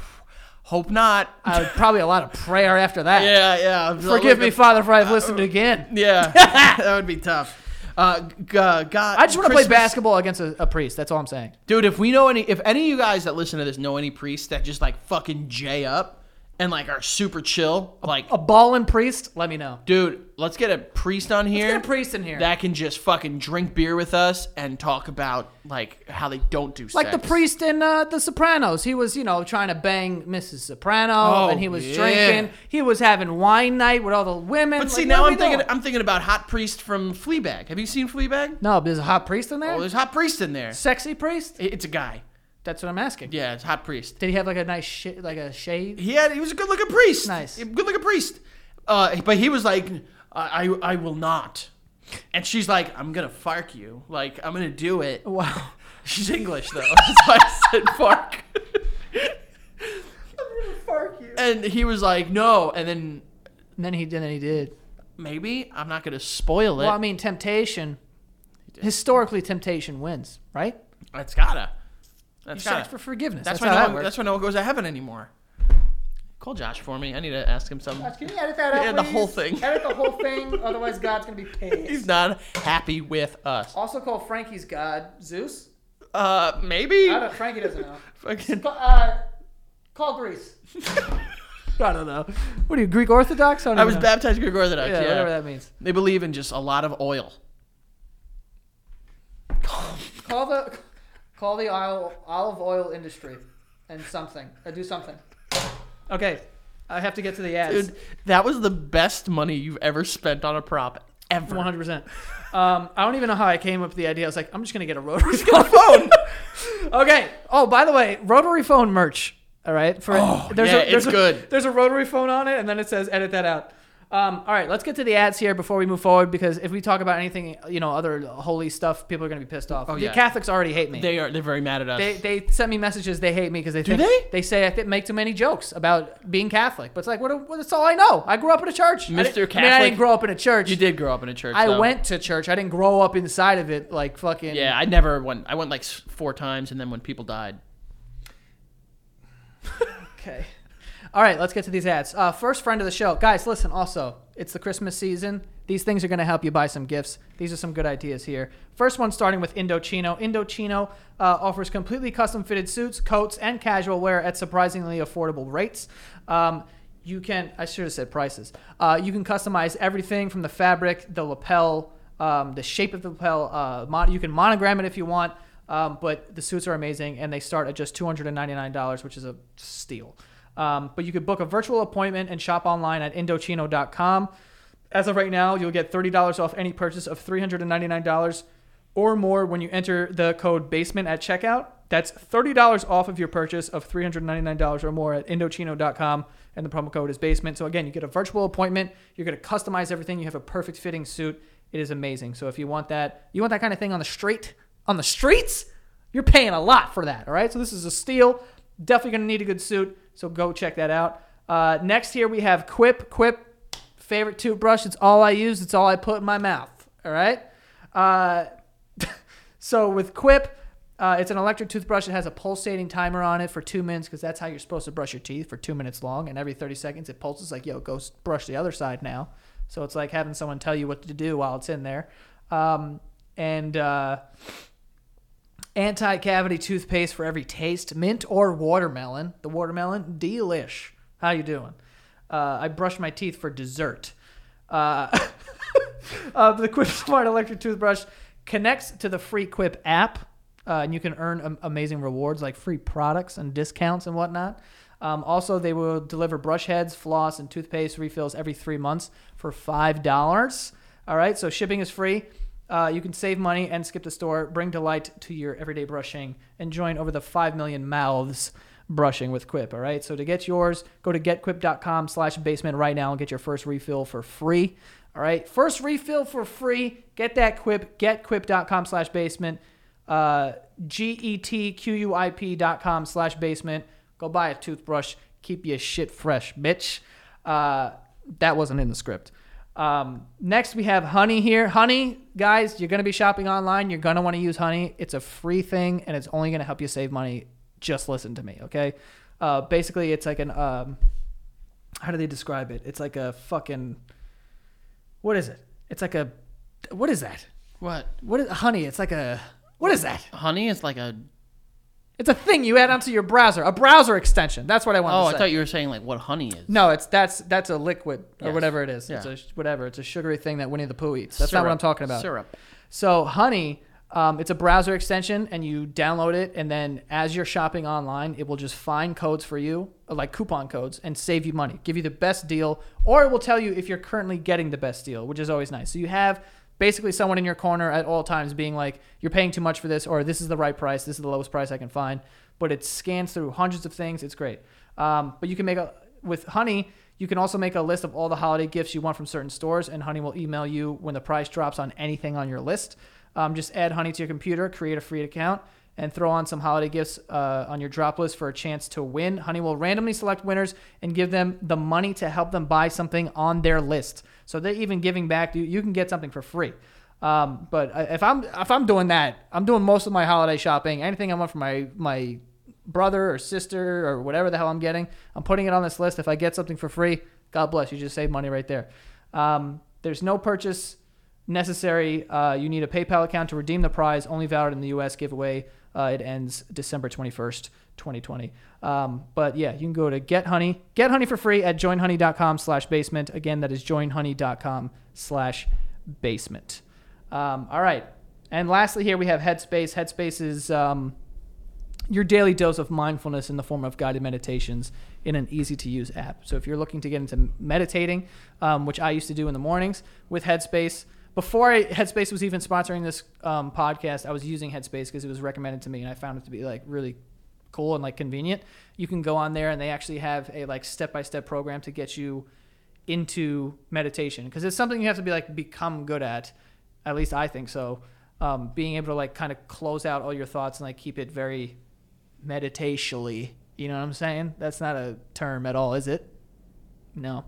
S2: hope not.
S1: Uh, probably a lot of prayer after that.
S2: yeah, Uh, yeah.
S1: Forgive me,
S2: Look
S1: Father, for I've listened again.
S2: at- yeah, that would be tough. Uh, g- uh, God,
S1: I just want to play
S2: Christmas-
S1: basketball against a, a priest. That's all I'm saying.
S2: dude. If we know any, if any of you guys that listen to this know any priests that just like fucking jay up and like are super chill, like,
S1: A ballin' priest? Let me know.
S2: dude, let's get a priest on here.
S1: Get a priest in here.
S2: that can just fucking drink beer with us and talk about like how they don't do
S1: like the
S2: sex.
S1: priest in uh, The Sopranos. He was, you know, trying to bang Mrs. Soprano,
S2: Oh,
S1: and he was
S2: yeah.
S1: drinking. He was having wine night with all the women.
S2: But
S1: Like,
S2: see,
S1: what
S2: now
S1: are we
S2: I'm thinking
S1: doing?
S2: I'm thinking about hot priest from Fleabag. Have you seen Fleabag?
S1: no, but there's a hot priest in there.
S2: Oh, there's hot priest in there.
S1: Sexy priest?
S2: It- It's a guy.
S1: That's what I'm asking.
S2: Yeah, it's hot priest.
S1: Did he have like a nice sh- like a shave?
S2: He had he was a good looking priest.
S1: Nice.
S2: good looking priest. Uh, but he was like, I, I I will not. And she's like, I'm gonna fark you. Like I'm gonna do it.
S1: Wow.
S2: She's English though. That's why I said fark. And he was like, no. And then
S1: And then he did. And he did.
S2: maybe I'm not gonna spoil it.
S1: Well, I mean, temptation. Historically, temptation wins, right?
S2: that's gotta. That's
S1: You search
S2: gotta.
S1: for forgiveness.
S2: That's,
S1: That's,
S2: why
S1: how
S2: no
S1: that
S2: one,
S1: works.
S2: that's why no one goes to heaven anymore. Call Josh for me. I need to ask him something.
S3: Josh, can you edit that out?
S2: Yeah, the whole
S3: please?
S2: thing.
S3: Edit the whole thing, otherwise God's gonna be pissed.
S2: He's not happy with
S1: Oh.
S2: us.
S3: Also call Frankie's God Zeus.
S2: Uh, maybe.
S3: I don't, Frankie doesn't know.
S2: Fucking.
S3: Ca- Uh, call Greece.
S1: I don't know. What are you, Greek Orthodox? don't
S2: I
S1: even
S2: was
S1: know.
S2: baptized Greek Orthodox.
S1: Yeah,
S2: Yeah,
S1: whatever that means.
S2: They believe in just a lot of oil.
S3: Call the call the oil, olive oil industry and something. Uh, do something.
S1: Okay, I have to get to the ads.
S2: Dude, that was the best money you've ever spent on a prop ever.
S1: One hundred percent. Um, I don't even know how I came up with the idea. I was like, I'm just gonna get a rotary phone.
S2: phone.
S1: okay. Oh, by the way, rotary phone merch. All right. For
S2: Oh, yeah, it's
S1: there's
S2: good.
S1: There's a rotary phone on it, and then it says edit that out. Um, all right, let's get to the ads here before we move forward because if we talk about anything, you know, other holy stuff, people are gonna be pissed off.
S2: Oh,
S1: the
S2: yeah.
S1: Catholics already hate me.
S2: They are. They're very mad at us.
S1: They, they sent me messages. They hate me because they do
S2: they?
S1: They say I th- make too many jokes about being Catholic. But it's like, what? what that's all I know. I grew up in a church. I
S2: Mr.
S1: didn't- I mean, I
S2: Catholic-
S1: didn't grow up in a church.
S2: you did grow up in a church.
S1: I
S2: though.
S1: went to church. I didn't grow up inside of it. Like fucking.
S2: Yeah, I never went. I went like s- four times, and then when people died,
S1: Okay. All right, let's get to these ads. Uh, first friend of the show, guys. Listen. Also, it's the Christmas season. These things are going to help you buy some gifts. These are some good ideas here. First one, starting with Indochino. Indochino uh, offers completely custom fitted suits, coats, and casual wear at surprisingly affordable rates. Um, you can, I should have said prices. Uh, you can customize everything from the fabric, the lapel, um, the shape of the lapel. Uh, mon- you can monogram it if you want, um, but the suits are amazing and they start at just $299, which is a steal. Um, but you could book a virtual appointment and shop online at Indochino.com. As of right now, you'll get $30 off any purchase of $399 or more when you enter the code basement at checkout. That's $30 off of your purchase of $399 or more at Indochino.com. And the promo code is basement. So again, you get a virtual appointment. You're going to customize everything. You have a perfect fitting suit. It is amazing. So if you want that, you want that kind of thing on the street, on the streets, you're paying a lot for that. All right. So this is a steal. Definitely going to need a good suit. So go check that out. Uh, next here we have Quip. Quip favorite toothbrush. It's all I use. It's all I put in my mouth. All right. Uh, so with Quip, uh, it's an electric toothbrush. It has a pulsating timer on it for two minutes because that's how you're supposed to brush your teeth for two minutes long. And every 30 seconds, it pulses like, "Yo, go s- brush the other side now." So it's like having someone tell you what to do while it's in there. Um, and uh, anti-cavity toothpaste for every taste mint or watermelon the watermelon delish how you doing uh, i brush my teeth for dessert uh, uh, the quip smart electric toothbrush connects to the free quip app uh, and you can earn am- amazing rewards like free products and discounts and whatnot um, also they will deliver brush heads floss and toothpaste refills every three months for five dollars all right so shipping is free uh, you can save money and skip the store. Bring delight to your everyday brushing and join over the 5 million mouths brushing with Quip. All right. So to get yours, go to getquip.com slash basement right now and get your first refill for free. All right. First refill for free. Get that Quip. Getquip.com slash basement. Uh, G E T Q U I P dot com slash basement. Go buy a toothbrush. Keep your shit fresh, bitch. Uh, that wasn't in the script. Um, next, we have Honey here. Honey, guys, you're going to be shopping online. You're going to want to use Honey. It's a free thing, and it's only going to help you save money. Just listen to me, okay? Uh, basically, it's like an um, how do they describe it? It's like a fucking what is it? It's like a what is that?
S2: what?
S1: What is Honey? It's like a what is that?
S2: Honey is like a.
S1: It's a thing you add onto your browser, a browser extension. That's what I wanted
S2: Oh,
S1: to
S2: I
S1: say.
S2: thought you were saying like what honey is.
S1: No, it's that's that's a liquid or
S2: Yes.
S1: whatever it is. It's
S2: Yeah.
S1: a whatever. It's a sugary thing that Winnie the Pooh eats. That's not what
S2: Syrup.
S1: I'm talking about.
S2: Syrup.
S1: So honey, um, it's a browser extension, and you download it, and then as you're shopping online, it will just find codes for you, uh, like coupon codes, and save you money, give you the best deal, or it will tell you if you're currently getting the best deal, which is always nice. So you have basically someone in your corner at all times being like, "You're paying too much for this," or "This is the right price. This is the lowest price I can find." But it scans through hundreds of things. It's great. Um, but you can make a with honey. You can also make a list of all the holiday gifts you want from certain stores, and Honey will email you when the price drops on anything on your list. Um, just add Honey to your computer, create a free account, and throw on some holiday gifts uh, on your drop list for a chance to win. Honey will randomly select winners and give them the money to help them buy something on their list. So they're even giving back. You, you can get something for free. Um, but I- if I'm if I'm doing that, I'm doing most of my holiday shopping. Anything I want for my my brother or sister or whatever the hell I'm getting. I'm putting it on this list. If I get something for free, God bless. You just save money right there. Um, there's no purchase necessary. Uh, you need a PayPal account to redeem the prize. Only valid in the U.S. giveaway. Uh, it ends December 21st, 2020. Um, but yeah, you can go to Get Honey, Get Honey for free at joinhoney.com slash basement. Again, that is joinhoney.com slash basement. Um, all right. And lastly, here we have Headspace. Headspace is um, your daily dose of mindfulness in the form of guided meditations in an easy to use app. So if you're looking to get into meditating, um, which I used to do in the mornings with Headspace, before I, Headspace was even sponsoring this um, podcast, I was using Headspace because it was recommended to me, and I found it to be like really cool and like convenient. You can go on there, and they actually have a like step by step program to get you into meditation because it's something you have to be like become good at. At least I think so. Um, being able to like kind of close out all your thoughts and like keep it very meditationally. You know what I'm saying? That's not a term at all, is it? No.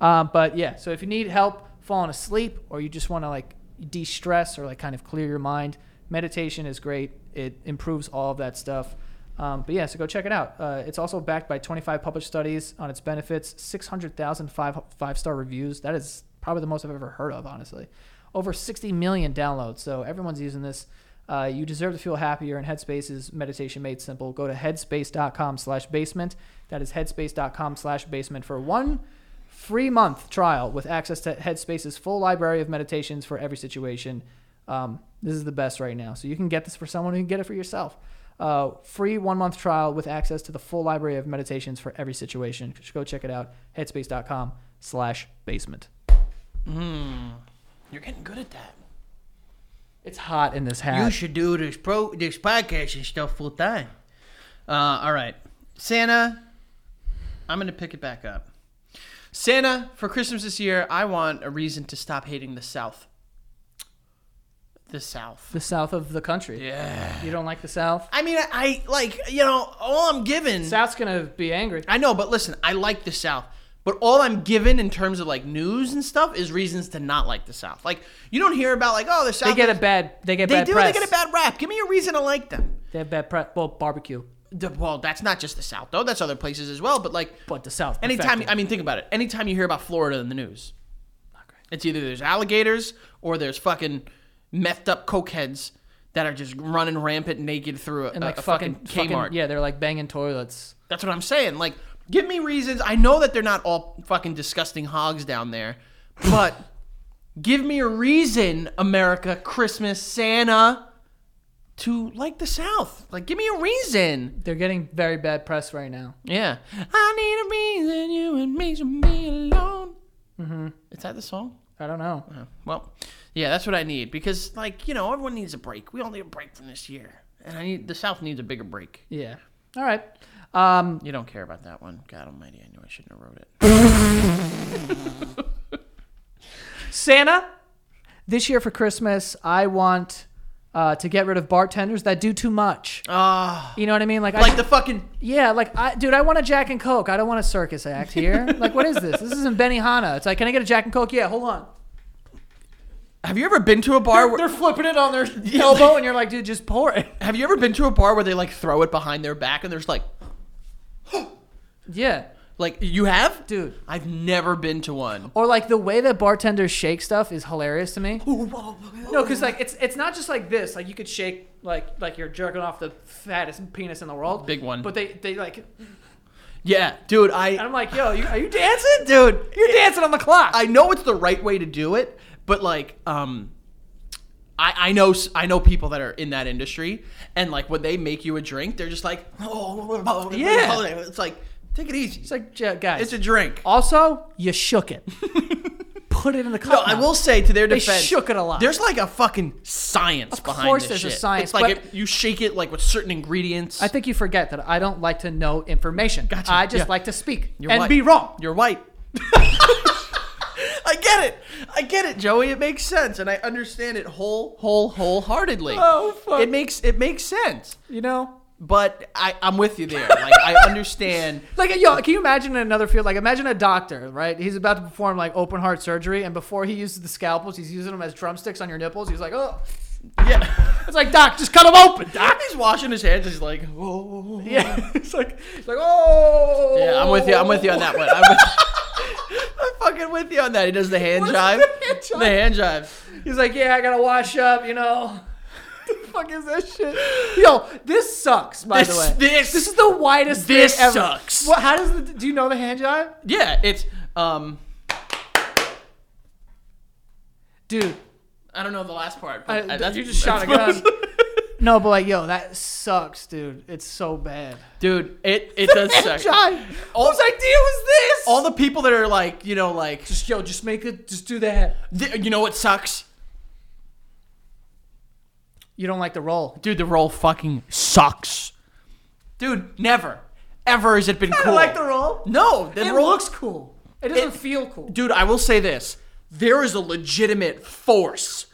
S1: Um, but yeah, so if you need help falling asleep or you just want to like de stress or like kind of clear your mind, meditation is great. It improves all of that stuff. Um, but yeah, so go check it out. Uh, it's also backed by 25 published studies on its benefits, 600,000 five, five star reviews. That is probably the most I've ever heard of, honestly. Over 60 million downloads. So everyone's using this. Uh, you deserve to feel happier, and Headspace is meditation made simple. Go to headspace.com slash basement. That is headspace.com slash basement for one free month trial with access to Headspace's full library of meditations for every situation. Um, this is the best right now. So you can get this for someone who can get it for yourself. Uh, free one month trial with access to the full library of meditations for every situation. Just go check it out. Headspace.com slash basement.
S2: You're getting good at that.
S1: It's hot in this
S2: You
S1: hat.
S2: should do this pro this podcast and stuff full time. Uh, all right, Santa. I'm gonna pick it back up. Santa, for Christmas this year, I want a reason to stop hating the South. The South.
S1: the south of the country.
S2: Yeah.
S1: You don't like the south?
S2: I mean, I, I like you know all I'm given.
S1: South's going to be angry.
S2: I know, but listen, I like the South. But all I'm given in terms of like news and stuff is reasons to not like the South. Like you don't hear about like oh the South.
S1: They get a
S2: is-
S1: bad. They get
S2: They
S1: bad
S2: do.
S1: press.
S2: They get a bad rap. Give me a reason to like them.
S1: They have bad press. Well, barbecue,
S2: The- well, that's not just the South though. That's other places as well. But like
S1: but the South.
S2: anytime,
S1: perfected.
S2: I mean, think about it. Anytime you hear about Florida in the news,
S1: great.
S2: it's either there's alligators or there's fucking methed up cokeheads that are just running rampant naked through a,
S1: and like
S2: Uh, a
S1: fucking,
S2: fucking,
S1: fucking
S2: Kmart.
S1: yeah, they're like banging toilets.
S2: That's what I'm saying. Like, give me reasons. I know that they're not all fucking disgusting hogs down there, but give me a reason, America, Christmas, Santa, to like the South. Like, give me a reason.
S1: They're getting very bad press right now.
S2: Yeah. I need a reason you and me should be alone. Mm-hmm. Is that the song?
S1: I don't know.
S2: Oh, well, yeah, that's what I need because, like, you know, everyone needs a break. We all need a break from this year. And I need the South needs a bigger break.
S1: Yeah. All right. Um,
S2: You don't care about that one. God Almighty, I knew I shouldn't have wrote it.
S1: Santa, this year for Christmas, I want uh, to get rid of bartenders that do too much.
S2: Ah,
S1: You know what I mean? Like, I,
S2: like the fucking
S1: yeah, like I, dude, I want a Jack and Coke. I don't want a circus act here. like, what is this? This isn't Benihana. It's like, can I get a Jack and Coke? Yeah, hold on.
S2: Have you ever been to a bar? Where,
S1: They're flipping it on their elbow, and you're like, dude, just pour it.
S2: have you ever been to a bar where they like throw it behind their back and there's like,
S1: Yeah,
S2: like you have?
S1: dude.
S2: I've never been to one.
S1: Or like the way that bartenders shake stuff is hilarious to me.
S2: No,
S1: No, because like it's it's not just like this. Like you could shake like like you're jerking off the fattest penis in the world,
S2: Big one.
S1: But they they like and
S2: yeah, dude. I
S1: I'm like, yo, you, are you dancing, dude? You're dancing on the clock.
S2: I know it's the right way to do it, but like, um, I I know s- I know people that are in that industry, and like when they make you a drink, they're just like, oh,
S1: Yeah.
S2: It's like, take it easy.
S1: it's like, "Yeah, guys.
S2: It's a drink.
S1: also, you shook it. Put it in the cup.
S2: No, I
S1: now.
S2: will say to their
S1: They
S2: defense,
S1: shook it a lot.
S2: There's like a fucking science behind
S1: course
S2: this
S1: there's a
S2: shit.
S1: science,
S2: It's like
S1: but-
S2: it, you shake it like with certain ingredients.
S1: I think you forget that I don't like to know information.
S2: Gotcha.
S1: I just
S2: Yeah.
S1: like to speak
S2: You're
S1: and
S2: white.
S1: be wrong.
S2: You're white. I get it. I get it, Joey. It makes sense, and I understand it whole, whole, wholeheartedly.
S1: Oh, fuck.
S2: It makes it makes sense.
S1: You know.
S2: But I, I'm with you there. Like I understand.
S1: Like yo, can you imagine in another field? Like imagine a doctor, right? He's about to perform like open heart surgery, and before he uses the scalpels, he's using them as drumsticks on your nipples. He's like, oh,
S2: Yeah.
S1: It's like, Doc, just cut them open, Doc.
S2: He's washing his hands. He's like, whoa, whoa, whoa.
S1: Yeah, it's like,
S3: It's like, oh.
S2: Yeah, I'm with you. I'm with you on that one. I'm, with, I'm fucking with you on that. He does the hand jive. The hand jive.
S3: He's like, yeah, I gotta wash up, you know. the fuck is that shit? Yo, this sucks. By
S2: This-
S3: the way,
S2: this-
S3: this is the widest.
S2: this
S3: thing ever.
S2: sucks.
S3: What? How does the? Do you know the hand jive,
S2: Yeah, it's um.
S3: dude?
S2: I don't know the last part.
S3: I,
S2: But I- that's-
S3: you just shot a
S2: that's-
S3: gun. no, but like, yo, that sucks, dude. It's so bad.
S2: dude. It it does
S3: Hand
S2: suck.
S3: jive. Whose idea was this?
S2: All the people that are like, you know, like,
S3: just yo, just make it. Just do that.
S2: th- you know what sucks,
S3: You don't like the roll.
S2: dude. The role fucking sucks, dude. Never, ever has it been cool.
S3: roll.
S2: No, the
S3: It
S2: role
S3: looks cool. It doesn't
S2: It-
S3: feel cool.
S2: dude i will say this there is a legitimate force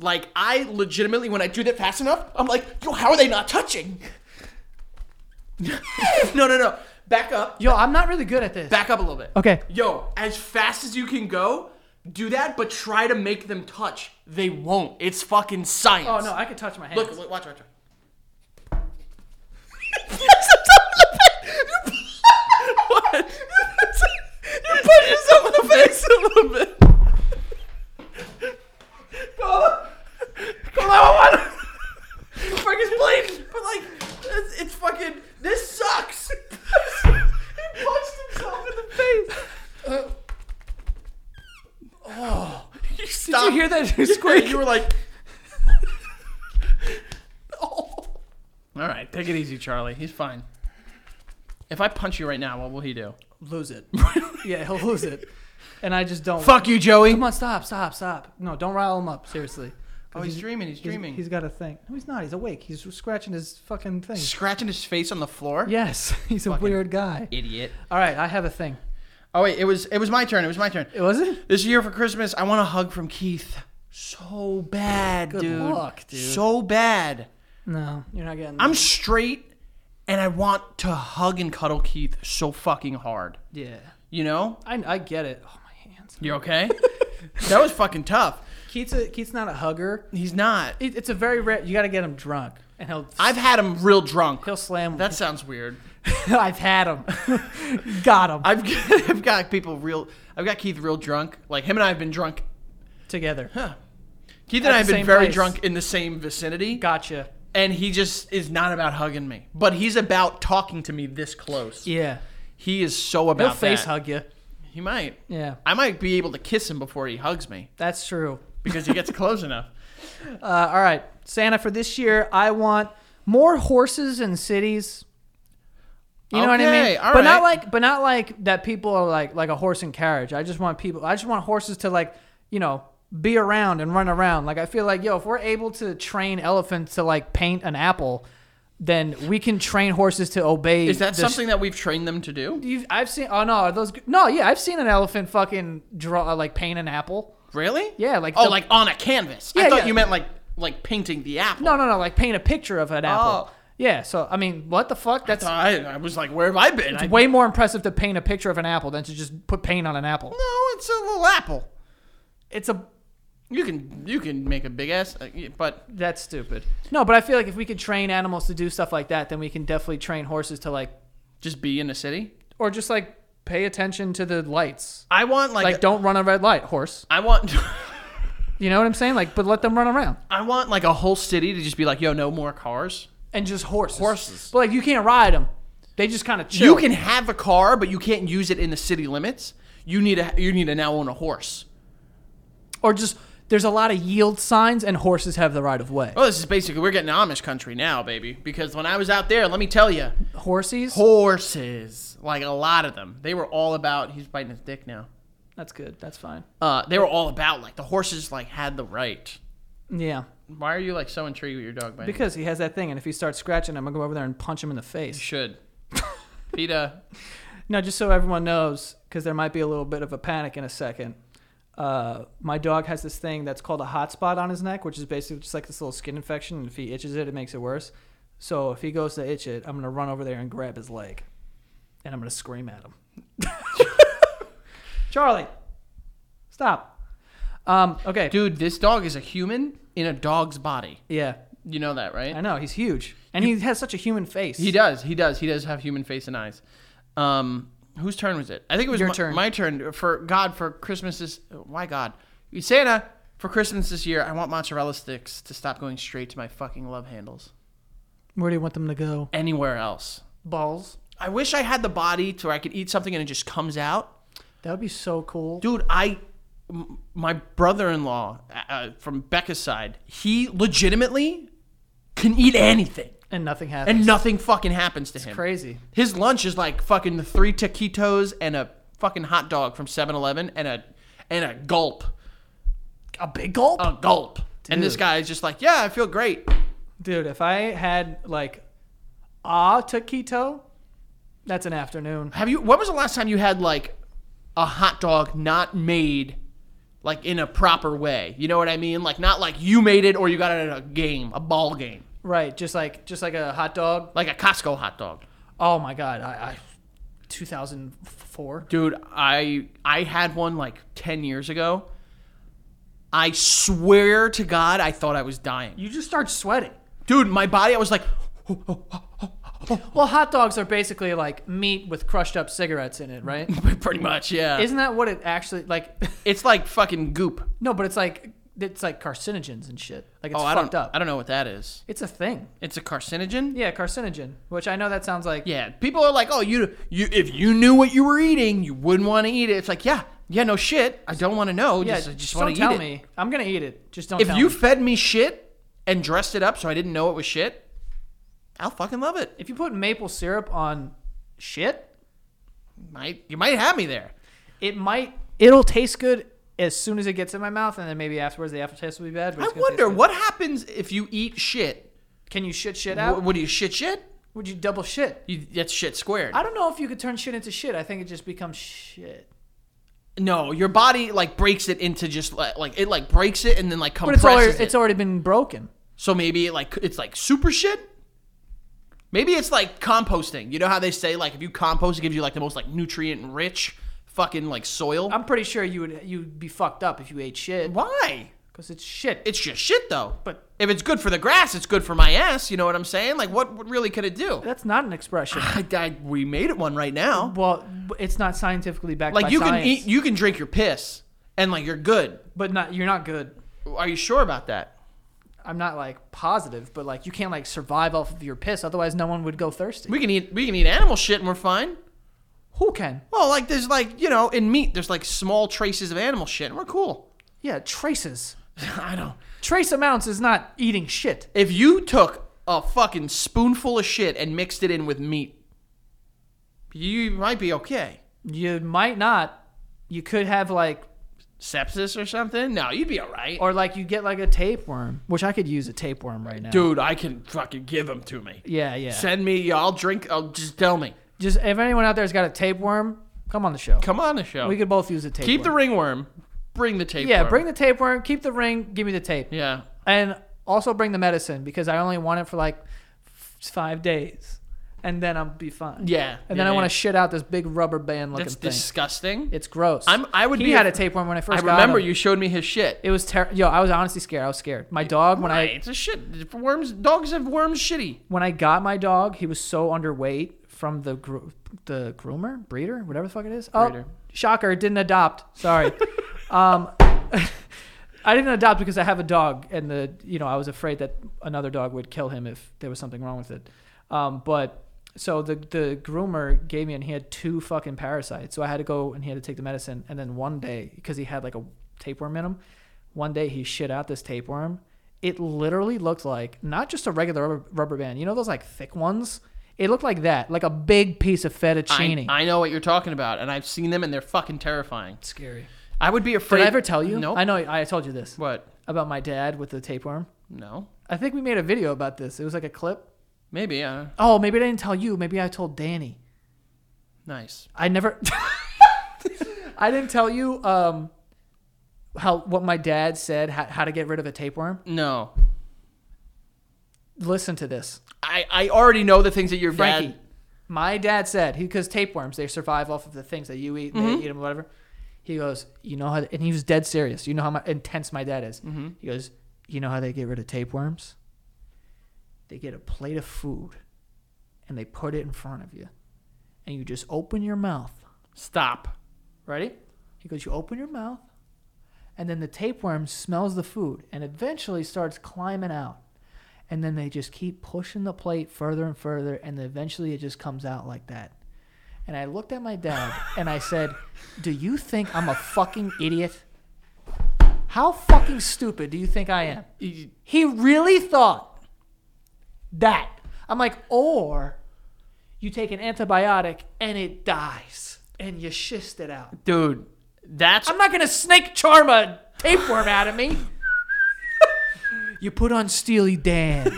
S2: like i legitimately when i do that fast enough i'm like yo how are they not touching no no no back up
S3: Yo, I'm not really good at this.
S2: back up a little bit
S3: Okay.
S2: yo as fast as you can go do that but try to make them touch they won't it's fucking science
S3: Oh no, I could touch my hands.
S2: look, look watch watch watch what? you put yourself in the face a little bit. Come on, what? Fucking bleeding, but like, it's, it's fucking. This sucks. he punched himself in the face. oh, you
S1: did
S2: stopped.
S1: you hear that squeak?
S2: You were like. Oh. All right, take it easy, Charlie. He's fine. If I punch you right now, what will he do?
S1: lose it. Yeah, he'll lose it. And I just don't.
S2: Fuck you, Joey.
S1: Come on, stop, stop, stop. No, don't rile him up, seriously. 'Cause
S2: Oh, he's dreaming. He's
S1: he's-
S2: dreaming.
S1: he's got a thing. No, he's not. He's awake. He's scratching his fucking thing.
S2: scratching his face on the floor.
S1: Yes, he's a weird guy.
S2: Idiot.
S1: All right, I have a thing.
S2: Oh wait, it was it was my turn. It was my turn.
S1: It was it?
S2: This year for Christmas, I want a hug from Keith. So bad, dude.
S1: luck, dude.
S2: So bad.
S1: No, you're not getting.
S2: I'm straight, and I want to hug and cuddle Keith so fucking hard.
S1: yeah.
S2: You know?
S1: I, I get it. Oh my hands.
S2: You okay? that was fucking tough.
S1: Keith's a, Keith's not a hugger.
S2: He's not.
S1: It, it's a very rare. You got to get him drunk, and he'll
S2: I've had him real drunk.
S1: he'll slam.
S2: That sounds weird.
S1: I've had him. got him
S2: I've got, I've got people real. I've got Keith real drunk. Like him and I have been drunk.
S1: together.
S2: Keith
S1: At
S2: and I
S1: the
S2: have been
S1: same
S2: very
S1: place.
S2: drunk in the same vicinity.
S1: Gotcha.
S2: And he just is not about hugging me, but he's about talking to me this close.
S1: Yeah.
S2: He is so about
S1: He'll face
S2: that.
S1: hug you.
S2: He might.
S1: Yeah,
S2: I might be able to kiss him before he hugs me
S1: that's true.
S2: because he gets close enough.
S1: Uh, all right, Santa, for this year, I want more horses and cities. You know what I
S2: Okay,
S1: mean?
S2: all
S1: but not
S2: right.
S1: like, but not like that. People are like, like a horse and carriage. I just want people. I just want horses to like, you know, be around and run around. Like I feel like, yo, if we're able to train elephants to like paint an apple, then we can train horses to obey.
S2: Is that
S1: the-
S2: something that we've trained them to do?
S1: You've, I've seen. Oh no, are those. No, yeah, I've seen an elephant fucking draw uh, like paint an apple.
S2: Really?
S1: Yeah, like
S2: Oh,
S1: the-
S2: like on a canvas. I
S1: Yeah,
S2: thought
S1: yeah.
S2: you meant like like painting the apple.
S1: No, no, no. Like paint a picture of an apple.
S2: Oh.
S1: Yeah. So I mean, what the fuck? That's
S2: I, I was like, where have I been? I-
S1: way more impressive to paint a picture of an apple than to just put paint on an apple.
S2: no, it's a little apple.
S1: It's a
S2: You can you can make a big ass, uh, y- but
S1: that's stupid. No, but I feel like if we could train animals to do stuff like that, then we can definitely train horses to like,
S2: just be in a city.
S1: or just like pay attention to the lights.
S2: I want like,
S1: Like, don't run a red light, horse.
S2: I want
S1: You know what I'm saying? Like, but let them run around
S2: I want like a whole city to just be like, yo, no more cars.
S1: and just horses.
S2: Horses.
S1: But like, you can't ride them. They just kind of chill.
S2: You can have a car, but you can't use it in the city limits. You need a you need to now own a horse.
S1: or just there's a lot of yield signs, and horses have the right of way.
S2: Oh, this is basically we're getting Amish country now, baby. Because when I was out there, let me tell you,
S1: Horses.
S2: horses like a lot of them. They were all about. He's biting his dick now.
S1: that's good. That's fine.
S2: Uh, they were all about like the horses like had the right.
S1: Yeah.
S2: Why are you like so intrigued with your dog, man?
S1: Because he has that thing, and if he starts scratching, I'm gonna go over there and punch him in the
S2: you
S1: face.
S2: should. Peta,
S1: No, just so everyone knows, because there might be a little bit of a panic in a second. Uh, my dog has this thing that's called a hot spot on his neck, which is basically just like this little skin infection. And if he itches it, it makes it worse. So if he goes to itch it, I'm gonna run over there and grab his leg, and I'm gonna scream at him. Charlie, stop. Um, okay,
S2: dude, this dog is a human in a dog's body.
S1: yeah,
S2: You know that, right?
S1: I know he's huge, and he has such a human face.
S2: He does. He does. He does have human face and eyes. Um, whose turn was it? I think it was
S1: Your
S2: my,
S1: turn.
S2: my turn for God for Christmas this. Why God? Santa for Christmas this year. I want mozzarella sticks to stop going straight to my fucking love handles.
S1: Where do you want them to go?
S2: Anywhere else.
S1: Balls.
S2: I wish I had the body to where I could eat something and it just comes out.
S1: That would be so cool.
S2: Dude, I, m- my brother-in-law uh, from Becca's side, he legitimately can eat anything
S1: And nothing happens.
S2: and nothing fucking happens to him.
S1: Crazy.
S2: His lunch is like fucking the three taquitos and a fucking hot dog from 7-Eleven and a and a gulp,
S1: A big gulp.
S2: a gulp. And this
S1: Dude.
S2: guy is just like, yeah, I feel great.
S1: Dude, if I had like a taquito, that's an afternoon.
S2: Have you? When was the last time you had like a hot dog not made? Like in a proper way, you know what I mean? Like not like you made it or you got it at a game, a ball game,
S1: Right, just like just like a hot dog.
S2: like a Costco hot dog.
S1: Oh my god, I, I 2004.
S2: Dude, I I had one like ten years ago. I swear to God, I thought I was dying.
S1: You just start sweating.
S2: dude, my body, I was like,
S1: Well, hot dogs are basically like meat with crushed up cigarettes in it, right?
S2: pretty much, yeah. It's,
S1: Isn't that what it actually like?
S2: like fucking goop.
S1: No, but it's like it's like carcinogens and shit. Like it's
S2: oh, I
S1: fucked
S2: don't,
S1: up.
S2: I don't know what that is.
S1: It's a thing.
S2: It's a carcinogen.
S1: Yeah, carcinogen. Which I know that sounds like
S2: Yeah, people are like, oh, you, you, if you knew what you were eating, you wouldn't want to eat it. It's like, yeah, yeah, no shit, I don't want to know.
S1: yeah.
S2: just, I just
S1: don't
S2: want to
S1: tell
S2: eat
S1: me.
S2: it.
S1: I'm gonna eat it. Just don't.
S2: If
S1: tell
S2: you
S1: me.
S2: fed me shit and dressed it up so I didn't know it was shit, I'll fucking love it.
S1: if you put maple syrup on shit,
S2: Might you might have me there.
S1: it might it'll taste good as soon as it gets in my mouth, and then maybe afterwards the aftertaste will be bad. But
S2: I
S1: it's gonna taste
S2: wonder
S1: good.
S2: what happens if you eat shit.
S1: can you shit shit out?
S2: What, what do you shit shit?
S1: Would you double shit?
S2: You, that's shit squared.
S1: I don't know if you could turn shit into shit. I think it just becomes shit.
S2: No, your body like breaks it into just like, like it like breaks it and then like
S1: But it's
S2: compresses
S1: already
S2: it.
S1: it's already been broken.
S2: so maybe it, like it's like super shit. Maybe it's like composting. You know how they say like if you compost, it gives you like the most like nutrient rich fucking like soil.
S1: I'm pretty sure you would you'd be fucked up if you ate shit
S2: Why?
S1: because it's shit.
S2: It's just shit though.
S1: But-
S2: if it's good for the grass, it's good for my ass. You know what I'm saying? Like what, what really could it do?
S1: That's not an expression.
S2: I, I we made it one right now.
S1: Well, b- it's not scientifically backed.
S2: Like
S1: by
S2: you
S1: science,
S2: can eat, you can drink your piss, and like you're good.
S1: but not you're not good.
S2: Are you sure about that?
S1: I'm not like positive, but like you can't like survive off of your piss. Otherwise, no one would go thirsty.
S2: We can eat we can eat animal shit and we're fine.
S1: Who can?
S2: Well, like there's like you know in meat there's like small traces of animal shit, and we're cool.
S1: Yeah, traces.
S2: I don't.
S1: Trace amounts is not eating shit.
S2: If you took a fucking spoonful of shit and mixed it in with meat, you might be okay.
S1: You might not. You could have like,
S2: Sepsis or something? No, you'd be all right.
S1: or like you get like a tapeworm, which I could use a tapeworm right now.
S2: Dude, I can fucking give them to me.
S1: Yeah, yeah.
S2: Send me. I'll drink. I'll just tell me.
S1: Just if anyone out there's got a tapeworm, come on the show.
S2: Come on the show.
S1: We could both use a tapeworm.
S2: keep the ringworm. Bring the tape.
S1: Yeah, bring the tapeworm. Keep the ring. Give me the tape.
S2: Yeah.
S1: And also bring the medicine because I only want it for like f- five days, and then I'll be fine.
S2: Yeah.
S1: And then
S2: Yeah,
S1: I want
S2: yeah.
S1: to shit out this big rubber band looking
S2: That's
S1: thing.
S2: disgusting.
S1: it's gross.
S2: I'm- I would
S1: he
S2: be-
S1: had a tapeworm when I first.
S2: I
S1: got
S2: remember
S1: him.
S2: you showed me his shit.
S1: It was ter- yo. I was honestly scared. I was scared. My dog when I
S2: Right, it's a shit. Worms, dogs have worms. Shitty.
S1: when I got my dog, he was so underweight from the gro- the groomer, breeder, whatever the fuck it is. Oh,
S2: Breeder.
S1: shocker! Didn't adopt. Sorry. um, I didn't adopt because I have a dog, and the you know I was afraid that another dog would kill him if there was something wrong with it. Um, but so the the groomer gave me, and he had two fucking parasites. So I had to go, and he had to take the medicine. And then one day, because he had like a tapeworm in him, one day he shit out this tapeworm. It literally looked like not just a regular rubber, rubber band. You know those like thick ones. It looked like that, like a big piece of
S2: I,
S1: fettuccine.
S2: I know what you're talking about, and I've seen them, and they're fucking terrifying.
S1: Scary.
S2: I would be
S1: Did
S2: afraid.
S1: I ever tell you?
S2: No.
S1: I know I told you this
S2: What?
S1: about my dad with the tapeworm.
S2: No.
S1: I think we made a video about this. It was like a clip.
S2: Maybe. Uh,
S1: Oh, maybe I didn't tell you. Maybe I told Danny.
S2: nice.
S1: I never. I didn't tell you um, how what my dad said how, how to get rid of a tapeworm.
S2: No.
S1: Listen to this,
S2: I, I already know the things that your
S1: Frankie.
S2: dad.
S1: My dad said because tapeworms they survive off of the things that you eat. and
S2: Mm-hmm.
S1: They eat them, whatever. He goes, you know how, and he was
S2: Mm-hmm.
S1: dead serious. You know how my, intense my dad is. He goes, you know how they get rid of tapeworms? They get a plate of food and they put it in front of you. And you just open your mouth.
S2: Stop.
S1: Ready? He goes, You open your mouth, and then the tapeworm smells the food and eventually starts climbing out. And then they just keep pushing the plate further and further, and eventually it just comes out like that. And I looked at my dad and I said, Do you think I'm a fucking idiot? How fucking stupid do you think I am?
S2: You-
S1: He really thought that. I'm like, or you take an antibiotic and it dies and you shist it out.
S2: Dude, that's
S1: I'm not gonna snake charm a tapeworm out of me. you put on Steely Dan,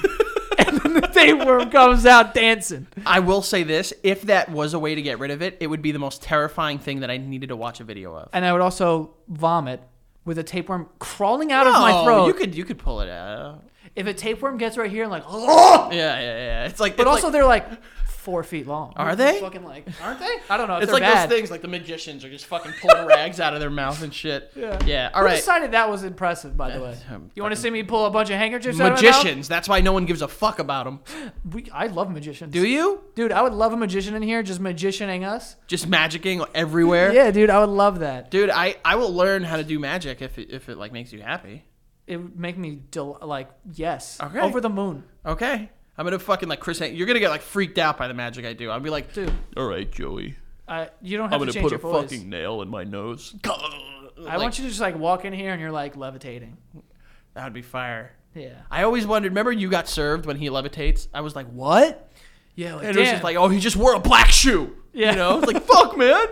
S1: and then the tapeworm comes out dancing.
S2: I will say this, if that was a way to get rid of it, it would be the most terrifying thing that I needed to watch a video of.
S1: And I would also vomit with a tapeworm crawling out of my
S2: Oh,
S1: throat.
S2: You could you could pull it out.
S1: if a tapeworm gets right here, and like, oh!
S2: Yeah, yeah, yeah. It's like
S1: But
S2: it's
S1: also
S2: like,
S1: they're like four feet long.
S2: are they?
S1: Fucking like, aren't they? I don't know. If
S2: It's
S1: they're
S2: like
S1: bad.
S2: those things like the magicians are just fucking pulling rags out of their mouth and shit. Yeah. Yeah. All
S1: Who
S2: right.
S1: decided that was impressive, by the way?
S2: um,
S1: You want to see me pull a bunch of handkerchiefs out of my mouth?
S2: Magicians. That's why no one gives a fuck about them.
S1: We, I love magicians.
S2: Do you?
S1: Dude, I would love a magician in here just magicianing us.
S2: Just magicking everywhere.
S1: Yeah, dude, I would love that.
S2: Dude, I, I will learn how to do magic if it, if it like makes you happy.
S1: It would make me del- like yes,
S2: Okay.
S1: over the moon,
S2: Okay. I'm gonna fucking like Chris. You're gonna get like freaked out by the magic I do. I'll be like,
S1: dude.
S4: All right, Joey.
S1: I, you don't
S4: I'm
S1: have
S4: gonna
S1: to change
S4: put a
S1: your voice.
S4: fucking nail in my nose.
S1: I want you to just like walk in here and you're like levitating.
S2: That would be fire.
S1: Yeah,
S2: I always wondered. Remember, you got served when he levitates. I was like, what?
S1: yeah. Like,
S2: And it
S1: damn.
S2: was just like, oh, he just wore a black shoe.
S1: Yeah.
S2: You know, it's like, fuck, man.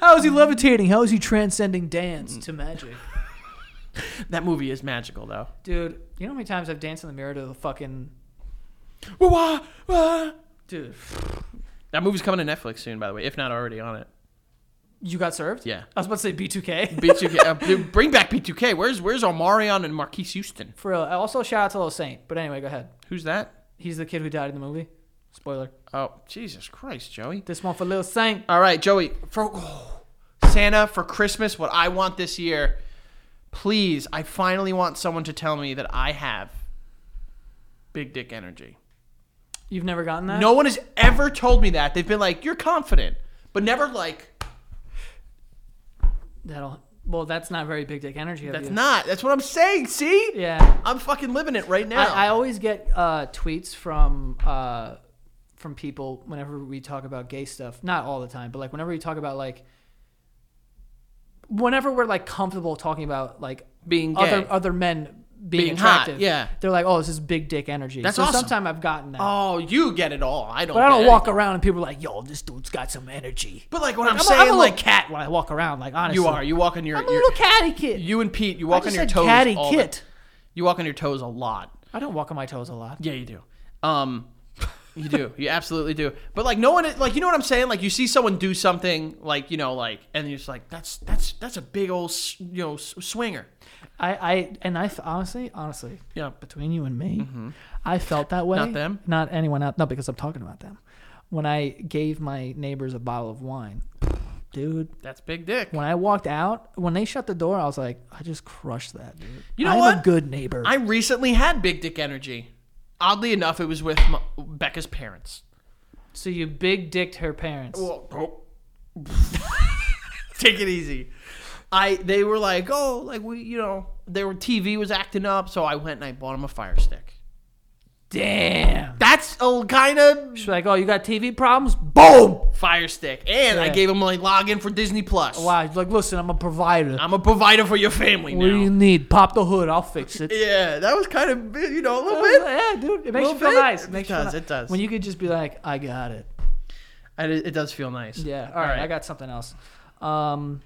S1: how is
S2: mm.
S1: he levitating? How is he transcending dance to magic?
S2: That movie is magical though.
S1: Dude, you know how many times I've danced in the mirror to the fucking
S2: Wah, wah, wah.
S1: dude?
S2: That movie's coming to Netflix soon, by the way, if not already on it.
S1: You got served?
S2: Yeah.
S1: I was about to say B2K.
S2: B2K, uh, dude, bring back B2K. Where's where's Omarion and Marquise Houston?
S1: For real. Also, shout out to Little Saint. But anyway, go ahead.
S2: Who's that?
S1: He's the kid who died in the movie. Spoiler.
S2: Oh, Jesus Christ, Joey.
S1: This one for Little Saint.
S2: All right, Joey. For oh, Santa for Christmas, what I want this year, please. I finally want someone to tell me that I have big dick energy.
S1: You've never gotten that?
S2: No one has ever told me that. They've been like, "You're confident," but never like,
S1: That'll. Well, that's not very big dick energy. Of
S2: "That's
S1: you.
S2: not." That's what I'm saying. See,
S1: Yeah.
S2: I'm fucking living it right now.
S1: I, I always get uh, tweets from uh, from people whenever we talk about gay stuff. Not all the time, but like whenever we talk about like whenever we're like comfortable talking about like
S2: Being gay.
S1: other uh, other men being,
S2: Being hot,
S1: attractive.
S2: yeah.
S1: they're like, oh, this is big dick energy.
S2: That's
S1: so
S2: awesome.
S1: Sometime I've gotten that.
S2: oh, you get it all. I don't.
S1: but I
S2: get
S1: don't
S2: it.
S1: walk around and people are like, "Yo, this dude's got some energy."
S2: But like when I'm,
S1: I'm, a-
S2: saying,
S1: I'm a little
S2: like
S1: cat when I walk around. Like honestly,
S2: you are, you walk on your,
S1: I'm a
S2: your
S1: little catty kid.
S2: you and Pete, you
S1: I
S2: walk
S1: just
S2: on your
S1: said
S2: toes.
S1: catty
S2: all the-
S1: kit.
S2: you walk on your toes a lot.
S1: I don't walk on my toes a lot.
S2: Yeah, you do. Um, you do. You absolutely do. But like, no one, like, you know what I'm saying? Like, you see someone do something, like, you know, like, and you're just like, that's that's that's a big old, s- you know, s- swinger.
S1: I, I and I f- honestly, honestly,
S2: Yeah.
S1: between you and me, I felt that way.
S2: Mm-hmm. Not them?
S1: not anyone else. No, because I'm talking about them. When I gave my neighbors a bottle of wine, dude.
S2: That's big dick.
S1: When I walked out, when they shut the door, I was like, I just crushed that, dude.
S2: You know
S1: I'm a
S2: what?
S1: good neighbor.
S2: I recently had big dick energy. Oddly enough, it was with my, Becca's parents.
S1: so you big dicked her parents.
S2: Take it easy. I they were like, oh, like we, you know, their TV was acting up, so I went and I bought them a Fire Stick.
S1: Damn.
S2: That's a kind of
S1: She's like, oh, you got TV problems?
S2: boom fire stick and i
S1: Yeah.
S2: gave him like login for disney plus
S1: Wow. She's like, listen, I'm a provider.
S2: i'm a provider for your family
S1: what do you
S2: now
S1: need? Pop the hood. I'll fix it.
S2: yeah that was kind of you know a little bit
S1: yeah, dude. It makes you
S2: Little
S1: feel
S2: bit?
S1: nice.
S2: It
S1: makes you feel
S2: does,
S1: ni-
S2: it does.
S1: When you could just be like, I got it.
S2: I did- it does feel nice
S1: Yeah. All right, I got something else. Um,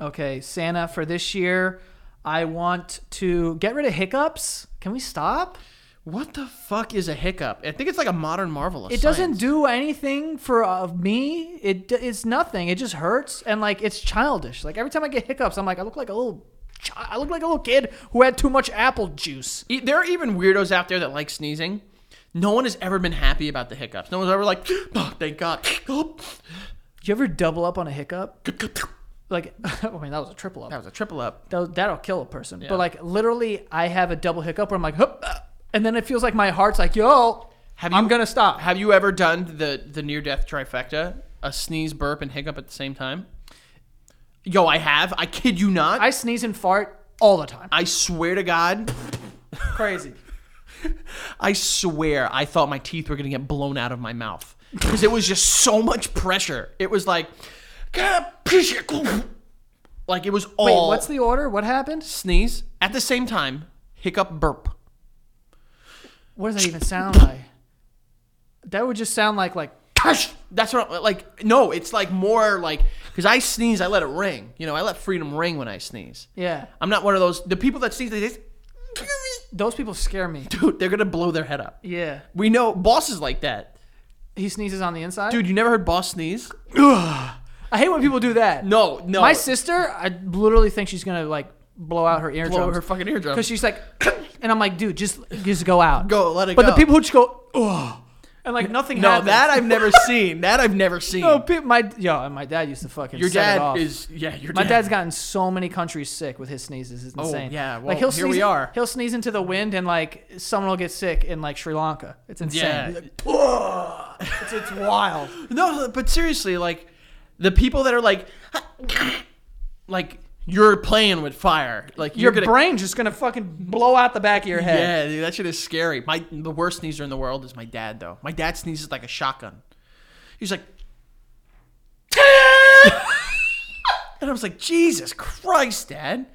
S1: okay, Santa for this year, I want to get rid of hiccups. Can we stop?
S2: what the fuck is a hiccup i think it's like a modern marvel of
S1: It doesn't
S2: science.
S1: do anything for uh, me. It d- it's nothing. It just hurts and like it's childish. Like every time I get hiccups, I'm like I look like a little chi- I look like a little kid who had too much apple juice.
S2: E- there are even weirdos out there that like sneezing no one has ever been happy about the hiccups no one's ever like oh thank god Oh.
S1: You ever double up on a hiccup? Like I mean that was a triple up.
S2: that was a triple up
S1: That'll, that'll kill a person. But like literally, I have a double hiccup where I'm like, "Hup, uh, and then it feels like my heart's like, yo,
S2: Have
S1: I'm
S2: you-
S1: gonna stop.
S2: Have you ever done the the near death trifecta? A sneeze, burp, and hiccup at the same time? Yo, I have. I kid you not. I,
S1: I sneeze and fart all the time.
S2: swear to God.
S1: Crazy.
S2: I swear I thought my teeth were going to get blown out of my mouth. Because it was just so much pressure. It was like. Like it was
S1: Wait,
S2: all.
S1: what's the order? What happened?
S2: sneeze at the same time, hiccup, burp.
S1: What does that even sound like? That would just sound like like
S2: Hush! That's what I'm, like. No, it's like more like because I sneeze, I let it ring. You know, I let freedom ring when I sneeze.
S1: yeah.
S2: I'm not one of those. The people that sneeze, they just,
S1: Those people scare me.
S2: dude, they're gonna blow their head up.
S1: Yeah.
S2: We know bosses like that,
S1: He sneezes on the inside.
S2: dude. You never heard boss sneeze?
S1: I hate when people do that.
S2: No, no.
S1: My sister, I literally think she's gonna like blow out her eardrums.
S2: blow her fucking eardrum.
S1: Because she's like, and I'm like, dude, just just go out.
S2: Go, let it
S1: but
S2: go.
S1: the people who just go, oh, and like nothing.
S2: no,
S1: happens.
S2: that I've never seen. That I've never seen.
S1: No, pe- my yo, and my dad used to fucking.
S2: your
S1: set it
S2: dad
S1: off.
S2: is yeah. Your
S1: My
S2: dad.
S1: dad's gotten so many countries sick with his sneezes. It's insane.
S2: Oh, yeah, well,
S1: like he'll
S2: here
S1: sneeze,
S2: we are.
S1: He'll sneeze into the wind, and like someone will get sick in like Sri Lanka. It's insane.
S2: Yeah.
S1: He's like, it's, it's wild.
S2: No, but seriously, like the people that are like, like you're playing with fire. Like
S1: Your
S2: you're gonna,
S1: brain's just gonna fucking blow out the back of your head.
S2: Yeah, dude, that shit is scary. My the worst sneezer in the world is my dad though. My dad sneezes like a shotgun. He's like, and I was like, Jesus Christ, Dad.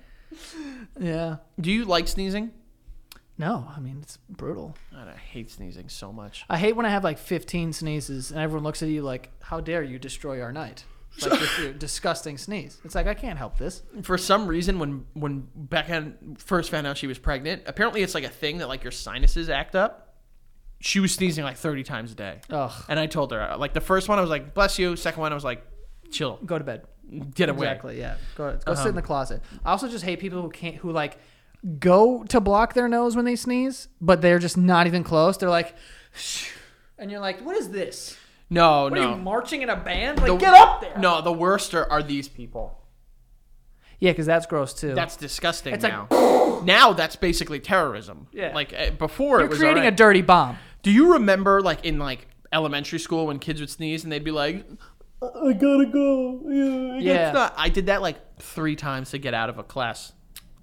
S1: Yeah. yeah.
S2: Do you like sneezing?
S1: No, I mean it's brutal.
S2: God, I hate sneezing so much.
S1: I hate when I have like 15 sneezes and everyone looks at you like, "How dare you destroy our night?" Like with your disgusting sneeze. It's like I can't help this.
S2: For some reason, when when Becca first found out she was pregnant, apparently it's like a thing that like your sinuses act up. She was sneezing like thirty times a day,
S1: Ugh.
S2: and I told her like the first one I was like, "Bless you." Second one I was like, "Chill,
S1: Go to bed.
S2: get away." Um,
S1: Exactly. Yeah. Go go sit in the closet. I also just hate people who can't who like go to block their nose when they sneeze, but they're just not even close. They're like, and you're like, "What is this?
S2: No,
S1: What are
S2: no.
S1: you marching in a band? Like,
S2: The-
S1: get up there!"
S2: No, the worst are, are these people.
S1: Yeah, because that's gross too.
S2: That's disgusting
S1: It's
S2: now.
S1: like-
S2: now that's basically terrorism.
S1: Yeah.
S2: Like eh, before
S1: you're
S2: it was
S1: creating a
S2: alright.
S1: dirty bomb.
S2: Do you remember like in like elementary school when kids would sneeze and they'd be like I I gotta go. Yeah. I gotta
S1: Yeah.
S2: stop." I did that like three times to get out of a class.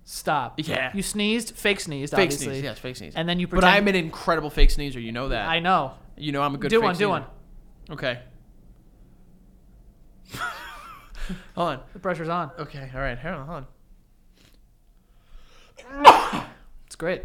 S1: Stop.
S2: Yeah.
S1: You sneezed, fake sneezed,
S2: Fake
S1: obviously.
S2: sneeze. Yes, fake sneeze.
S1: And then you
S2: But
S1: pretend-
S2: I'm an incredible fake sneezer. You know that.
S1: I know.
S2: you know I'm a good
S1: do
S2: fake
S1: one, do
S2: sneezer.
S1: one.
S2: Okay. Hold on.
S1: The pressure's on.
S2: Okay. All right. Hold on. Hold on.
S1: It's great.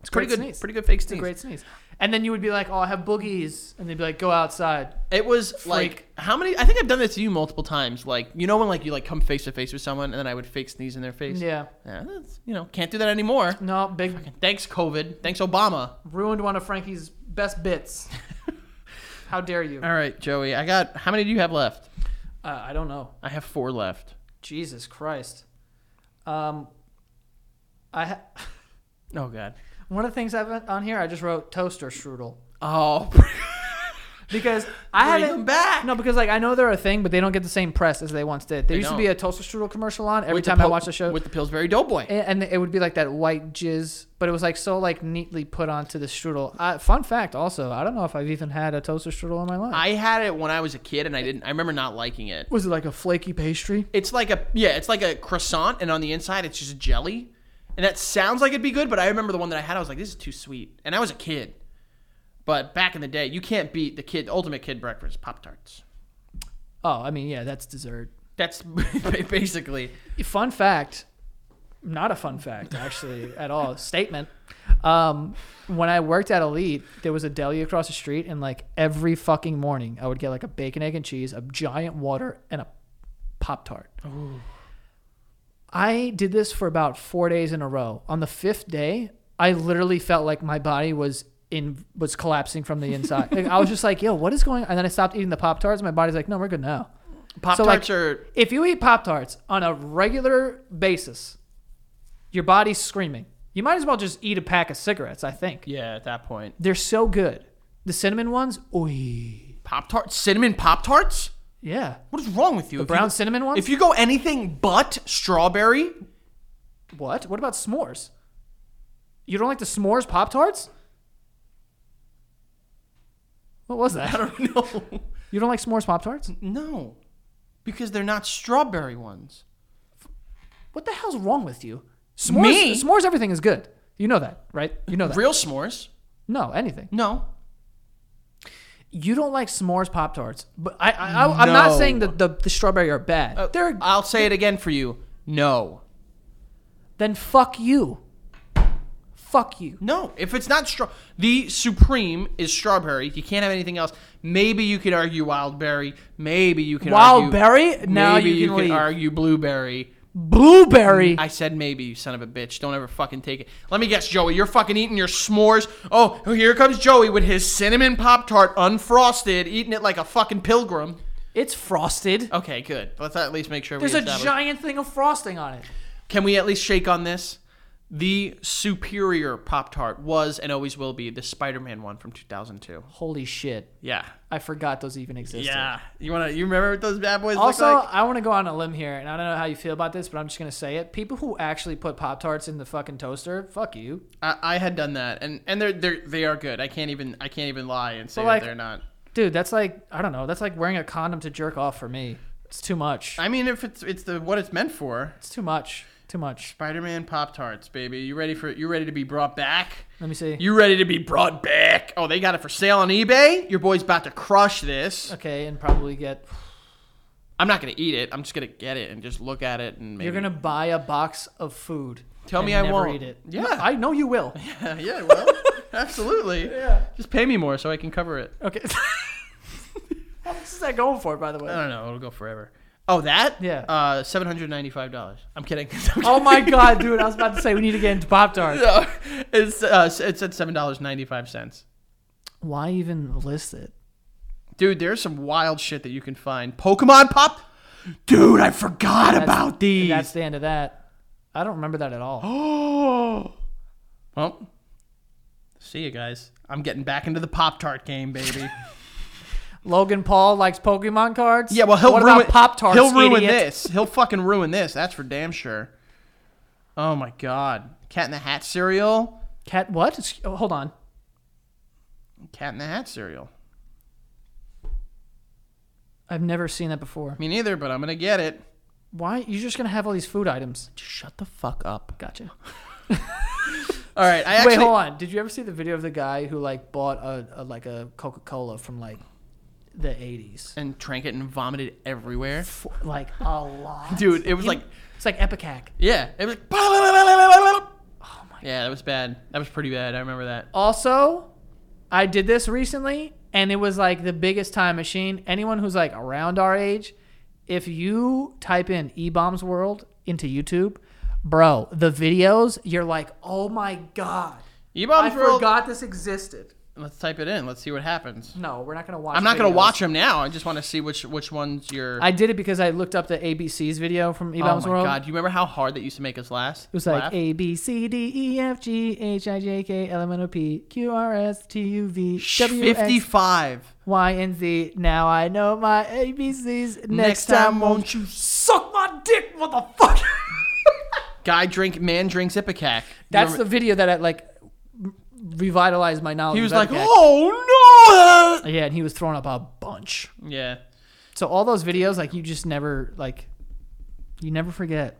S1: It's
S2: Pretty
S1: great
S2: good.
S1: Sneeze.
S2: Pretty good fake sneeze.
S1: It's a great sneeze. And then you would be like, "Oh, I have boogies," and they'd be like, "Go outside."
S2: It was like how many? I think I've done this to you multiple times. Like you know when like you like come face to face with someone and then I would fake sneeze in their face.
S1: Yeah.
S2: Yeah, that's, you know can't do that anymore.
S1: No, big
S2: Thanks COVID. Thanks Obama.
S1: ruined one of Frankie's best bits. How dare you? Uh,
S2: All right, Joey. I got how many do you have left?
S1: I don't know.
S2: I have four left.
S1: Jesus Christ. Um, I ha-
S2: Oh God.
S1: one of the things I've on here, I just wrote toaster strudel
S2: Oh.
S1: because I
S2: Bring
S1: haven't
S2: them back.
S1: No, because like I know they're a thing, but they don't get the same press as they once did. There
S2: They
S1: used
S2: don't.
S1: to be a toaster strudel commercial on every
S2: With
S1: time I
S2: Pil-
S1: watched the show.
S2: with the Pillsbury Doughboy.
S1: and, and it would be like that white jizz, but it was like so like neatly put onto the strudel. Uh, fun fact, also, I don't know if I've even had a toaster strudel in my life.
S2: I had it when I was a kid and I didn't. I remember not liking it.
S1: was it like a flaky pastry?
S2: It's like a yeah, it's like a croissant, and on the inside it's just jelly. And that sounds like it'd be good, but I remember the one that I had. I was like, this is too sweet, and I was a kid. But back in the day, you can't beat the kid ultimate kid breakfast Pop Tarts.
S1: Oh, I mean, yeah, that's dessert.
S2: That's basically
S1: Fun fact, not a fun fact actually at all. Statement. Um, when I worked at Elite, there was a deli across the street, and like every fucking morning, I would get like a bacon, egg, and cheese, a giant water, and a pop tart. I did this for about four days in a row. On the fifth day, I literally felt like my body was in was collapsing from the inside. like, I was just like, "Yo, what is going?" on? And then I stopped eating the pop tarts. My body's like, "No, we're good now."
S2: Pop Tarts
S1: like-
S2: are.
S1: If you eat Pop Tarts on a regular basis, your body's screaming. You might as well just eat a pack of cigarettes, I think.
S2: Yeah, at that point,
S1: They're so good. The cinnamon ones, oy.
S2: Pop Tarts, cinnamon Pop Tarts.
S1: Yeah.
S2: What is wrong with you? If you-
S1: Brown cinnamon ones?
S2: If you go anything but strawberry,
S1: what? What about s'mores? You don't like the s'mores Pop Tarts? What was
S2: I
S1: that?
S2: don't know.
S1: You don't like s'mores pop tarts?
S2: no, because they're not strawberry ones.
S1: What the hell's wrong with you? S'mores,
S2: Me?
S1: s'mores, everything is good. You know that, right? You know that.
S2: Real s'mores?
S1: No, anything.
S2: No.
S1: You don't like s'mores pop tarts, but I, I, I I'm not
S2: No.
S1: saying that the, the strawberry are bad.
S2: Oh,
S1: They're
S2: I'll say it again for you. No.
S1: then fuck you. Fuck you.
S2: No, if it's not straw, the supreme is strawberry. You can't have anything else. Maybe you could argue wild berry. Maybe you can
S1: Wild
S2: argue,
S1: berry? Now
S2: maybe
S1: you can leave.
S2: argue blueberry.
S1: Blueberry.
S2: I said maybe, you son of a bitch. Don't ever fucking take it. Let me guess, Joey. You're fucking eating your s'mores. Oh, here comes Joey with his cinnamon pop tart, unfrosted, eating it like a fucking pilgrim.
S1: it's frosted.
S2: Okay, good. Let's at least make sure
S1: There's
S2: we
S1: a
S2: establish-
S1: giant thing of frosting on it.
S2: Can we at least shake on this? The superior Pop Tart was and always will be the Spider-Man one from 2002.
S1: Holy shit.
S2: Yeah.
S1: I forgot those even existed.
S2: You want to you remember what those bad boys
S1: Also,
S2: look like?
S1: I want to go on a limb here, and I don't know how you feel about this, but I'm just gonna say it. People who actually put Pop Tarts in the fucking toaster, fuck you.
S2: I, I had done that and and they're they are they are good. I can't even I can't even lie and say
S1: But, like-
S2: that they're not.
S1: Dude, that's like I don't know. That's like wearing a condom to jerk off for me. It's too much.
S2: I mean if it's it's the what it's meant for.
S1: It's too much. Too much.
S2: Spider-Man Pop Tarts, baby. You ready for you ready to be brought back?
S1: Let me see.
S2: You ready to be brought back? Oh, they got it for sale on eBay. Your boy's about to crush this.
S1: okay, and probably get.
S2: I'm not gonna eat it. I'm just gonna get it and just look at it and maybe
S1: You're gonna buy a box of food.
S2: Tell
S1: and
S2: me I
S1: never
S2: won't.
S1: eat it.
S2: Yeah.
S1: No, I know you will.
S2: yeah, well, absolutely. Yeah. Just pay me more so I can cover it.
S1: Okay. How much is that going for, by the
S2: I
S1: way?
S2: don't know. It'll go forever. Oh, that?
S1: Yeah.
S2: Uh, seven hundred ninety-five dollars. I'm kidding. I'm
S1: Oh my god, dude! I was about to say we need to get into Pop Tarts.
S2: kidding. it's uh, it's at seven dollars ninety-five cents.
S1: Why even list it?
S2: Dude, there's some wild shit that you can find. Pokemon Pop. Dude, I forgot about these.
S1: That's the end of that. I don't remember that at all.
S2: Oh. Well, see you guys. I'm getting back into the Pop Tart game, baby.
S1: Logan Paul likes Pokemon cards.
S2: Yeah, well, he'll
S1: what
S2: ruin
S1: about Pop Tarts.
S2: He'll ruin
S1: idiot?
S2: this. He'll fucking ruin this. That's for damn sure. Oh my god, Cat in the Hat cereal.
S1: Cat, what? It's- oh, hold on.
S2: Cat in the Hat cereal.
S1: I've never seen that before.
S2: Me neither, but I'm gonna get it.
S1: Why? You're just gonna have all these food items.
S2: Just shut the fuck up.
S1: Gotcha.
S2: All right, I actually.
S1: Wait, hold on. Did you ever see the video of the guy who like bought a, a like a Coca Cola from like the 80s?
S2: And drank it and vomited everywhere,
S1: For, like a lot.
S2: dude. It was like,
S1: It's like Epicac.
S2: yeah, it was. Like, oh my. Yeah, that was bad. That was pretty bad. I remember that.
S1: Also, I did this recently, and it was like the biggest time machine. Anyone who's like around our age, if you type in E Bombs World into YouTube, bro, the videos, you're like, oh my God. I
S2: E-bombs World.
S1: forgot this existed.
S2: Let's type it in. Let's see what happens.
S1: No, we're not going to watch
S2: I'm not gonna
S1: videos.
S2: watch them now. I just want to see which which ones you're.
S1: I did it because I looked up the ABC's video from E
S2: oh
S1: Bombs
S2: my
S1: World.
S2: god, do you remember how hard that used to make us last?
S1: It was like
S2: laugh?
S1: A B C D E F G H I J K L M N O P Q R S T U V W X
S2: 55.
S1: Y and Z. Now I know my ABCs. Next,
S2: Next
S1: time,
S2: time,
S1: won't
S2: won't
S1: you suck my dick, motherfucker?
S2: Guy drink, man drinks Ipecac.
S1: That's the video that I like revitalized my knowledge.
S2: He was
S1: of
S2: like,
S1: Epic Act.
S2: oh
S1: yeah, and he was throwing up a bunch.
S2: no! Yeah.
S1: So all those videos, like you just never like, you never forget.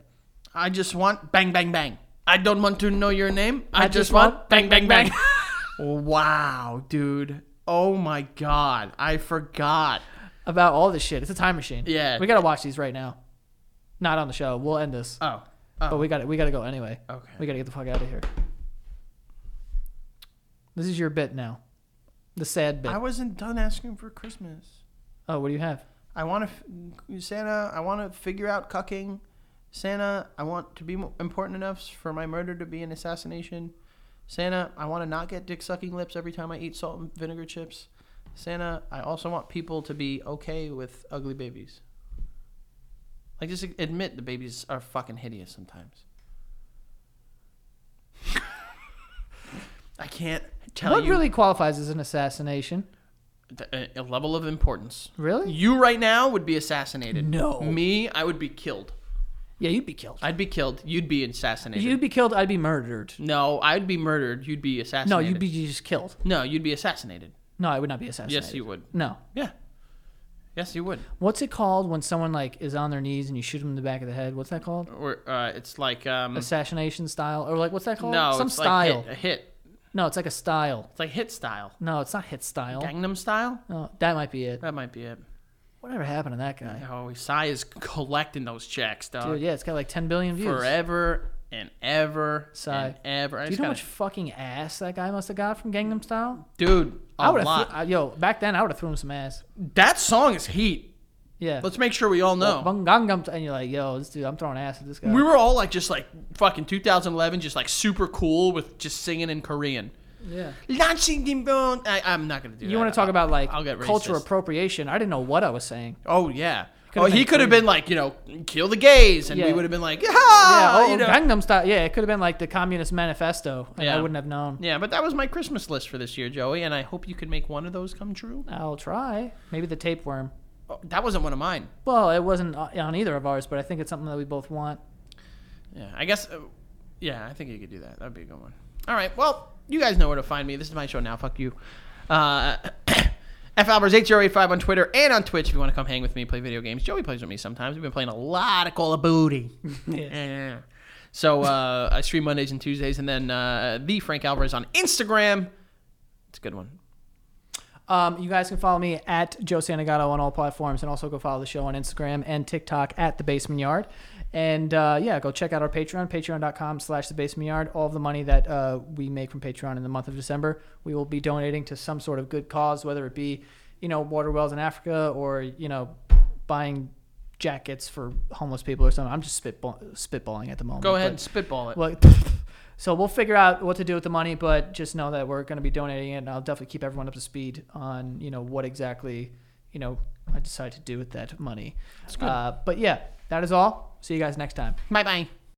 S2: I just want bang, bang, bang. I don't want to know your name. I, just, want, bang, bang, bang. wow, dude. Oh my god. I forgot.
S1: About all this shit. It's a time machine.
S2: Yeah.
S1: we gotta watch these right now. Not on the show. We'll end this,
S2: Oh.
S1: but we got to We gotta go anyway.
S2: Okay.
S1: We gotta get the fuck out of here. This is your bit now. The sad bit.
S2: I wasn't done asking for Christmas.
S1: oh, what do you have?
S2: I want to, f- Santa, I want to figure out cucking. Santa, I want to be mo- important enough for my murder to be an assassination. Santa, I want to not get dick sucking lips every time I eat salt and vinegar chips. Santa, I also want people to be okay with ugly babies. Like, just admit the babies are fucking hideous sometimes. I can't tell
S1: what
S2: you
S1: really qualifies as an assassination?
S2: the, uh, a a level of importance.
S1: Really?
S2: You right now would be assassinated.
S1: No.
S2: Me, I would be killed.
S1: Yeah, you'd be killed.
S2: I'd be killed. You'd be assassinated.
S1: You'd be killed. I'd be murdered.
S2: no, I'd be murdered. You'd be assassinated.
S1: No, you'd be just killed.
S2: No, you'd be assassinated.
S1: No, I would not be assassinated.
S2: Yes, you would.
S1: No.
S2: Yeah. Yes, you would.
S1: What's it called when someone like is on their knees and you shoot them in the back of the head? What's that called?
S2: Or uh, it's like um,
S1: Assassination style, or like what's that called?
S2: no,
S1: Some
S2: it's
S1: style.
S2: Like hit, a hit.
S1: No, it's like a style.
S2: It's like hit style.
S1: No, it's not hit style.
S2: Gangnam style.
S1: No, that might be it.
S2: That might be it.
S1: Whatever happened to that guy?
S2: Oh, Sai is collecting those checks, dog.
S1: Dude, yeah, it's got like 10 billion views.
S2: Uh, Forever and ever
S1: Psy.
S2: and ever.
S1: Do
S2: I
S1: you
S2: just
S1: know how
S2: gotta-
S1: much fucking ass that guy must have got from Gangnam Style?
S2: dude,
S1: I
S2: a
S1: would
S2: lot.
S1: have, threw- I- yo, back then I would have thrown him some ass.
S2: that song is heat.
S1: Yeah.
S2: Let's make sure we all know.
S1: Bung- Gangnam Style, and you're like, yo, this dude, I'm throwing ass at this guy.
S2: we were all like just like fucking 2011, just like super cool with just singing in Korean.
S1: yeah.
S2: Launching Gimbon. I, I'm not gonna do that.
S1: You want to talk about like
S2: I'll get
S1: cultural
S2: racist.
S1: appropriation? I didn't know what I was saying.
S2: Oh yeah.
S1: could've
S2: Oh, he
S1: been
S2: could have
S1: Korean.
S2: been like you know, kill the gays, and we
S1: Yeah.
S2: would have been like, yeah,
S1: yeah, oh,
S2: Ah, you know.
S1: Gangnam Style. Yeah, it could have been like the Communist Manifesto. And
S2: Yeah.
S1: I wouldn't have known.
S2: yeah. But that was my Christmas list for this year, Joey, and I hope you can make one of those come true.
S1: I'll try. Maybe the tapeworm.
S2: Oh, that wasn't one of mine.
S1: Well, it wasn't o- on either of ours, but I think it's something that we both want.
S2: Yeah, I guess. Uh, yeah, I think you could do that. That'd be a good one. All right. Well, you guys know where to find me. This is my show now. Fuck you. Uh, F Albers eight zero eight five on Twitter and on Twitch. If you want to come hang with me, play video games. Joey plays with me sometimes. We've been playing a lot of Call of Booty. yeah. So uh, I stream Mondays and Tuesdays, and then uh, the Frank Alvarez on Instagram. It's a good one.
S1: Um, you guys can follow me at Joe Santagato on all platforms, and also go follow the show on Instagram and TikTok at The Basement Yard. And uh, yeah, go check out our Patreon, patreon.com slash The Basement Yard. All of the money that uh, we make from Patreon in the month of December, we will be donating to some sort of good cause, whether it be, you know, water wells in Africa or, you know, buying jackets for homeless people or something. I'm just spitball- spitballing at the moment.
S2: Go ahead
S1: but-
S2: and spitball it.
S1: well, so we'll figure out what to do with the money, but just know that we're going to be donating it, and I'll definitely keep everyone up to speed on you know what exactly you know I decide to do with that money. Uh, but yeah, that is all. See you guys next time.
S2: Bye bye.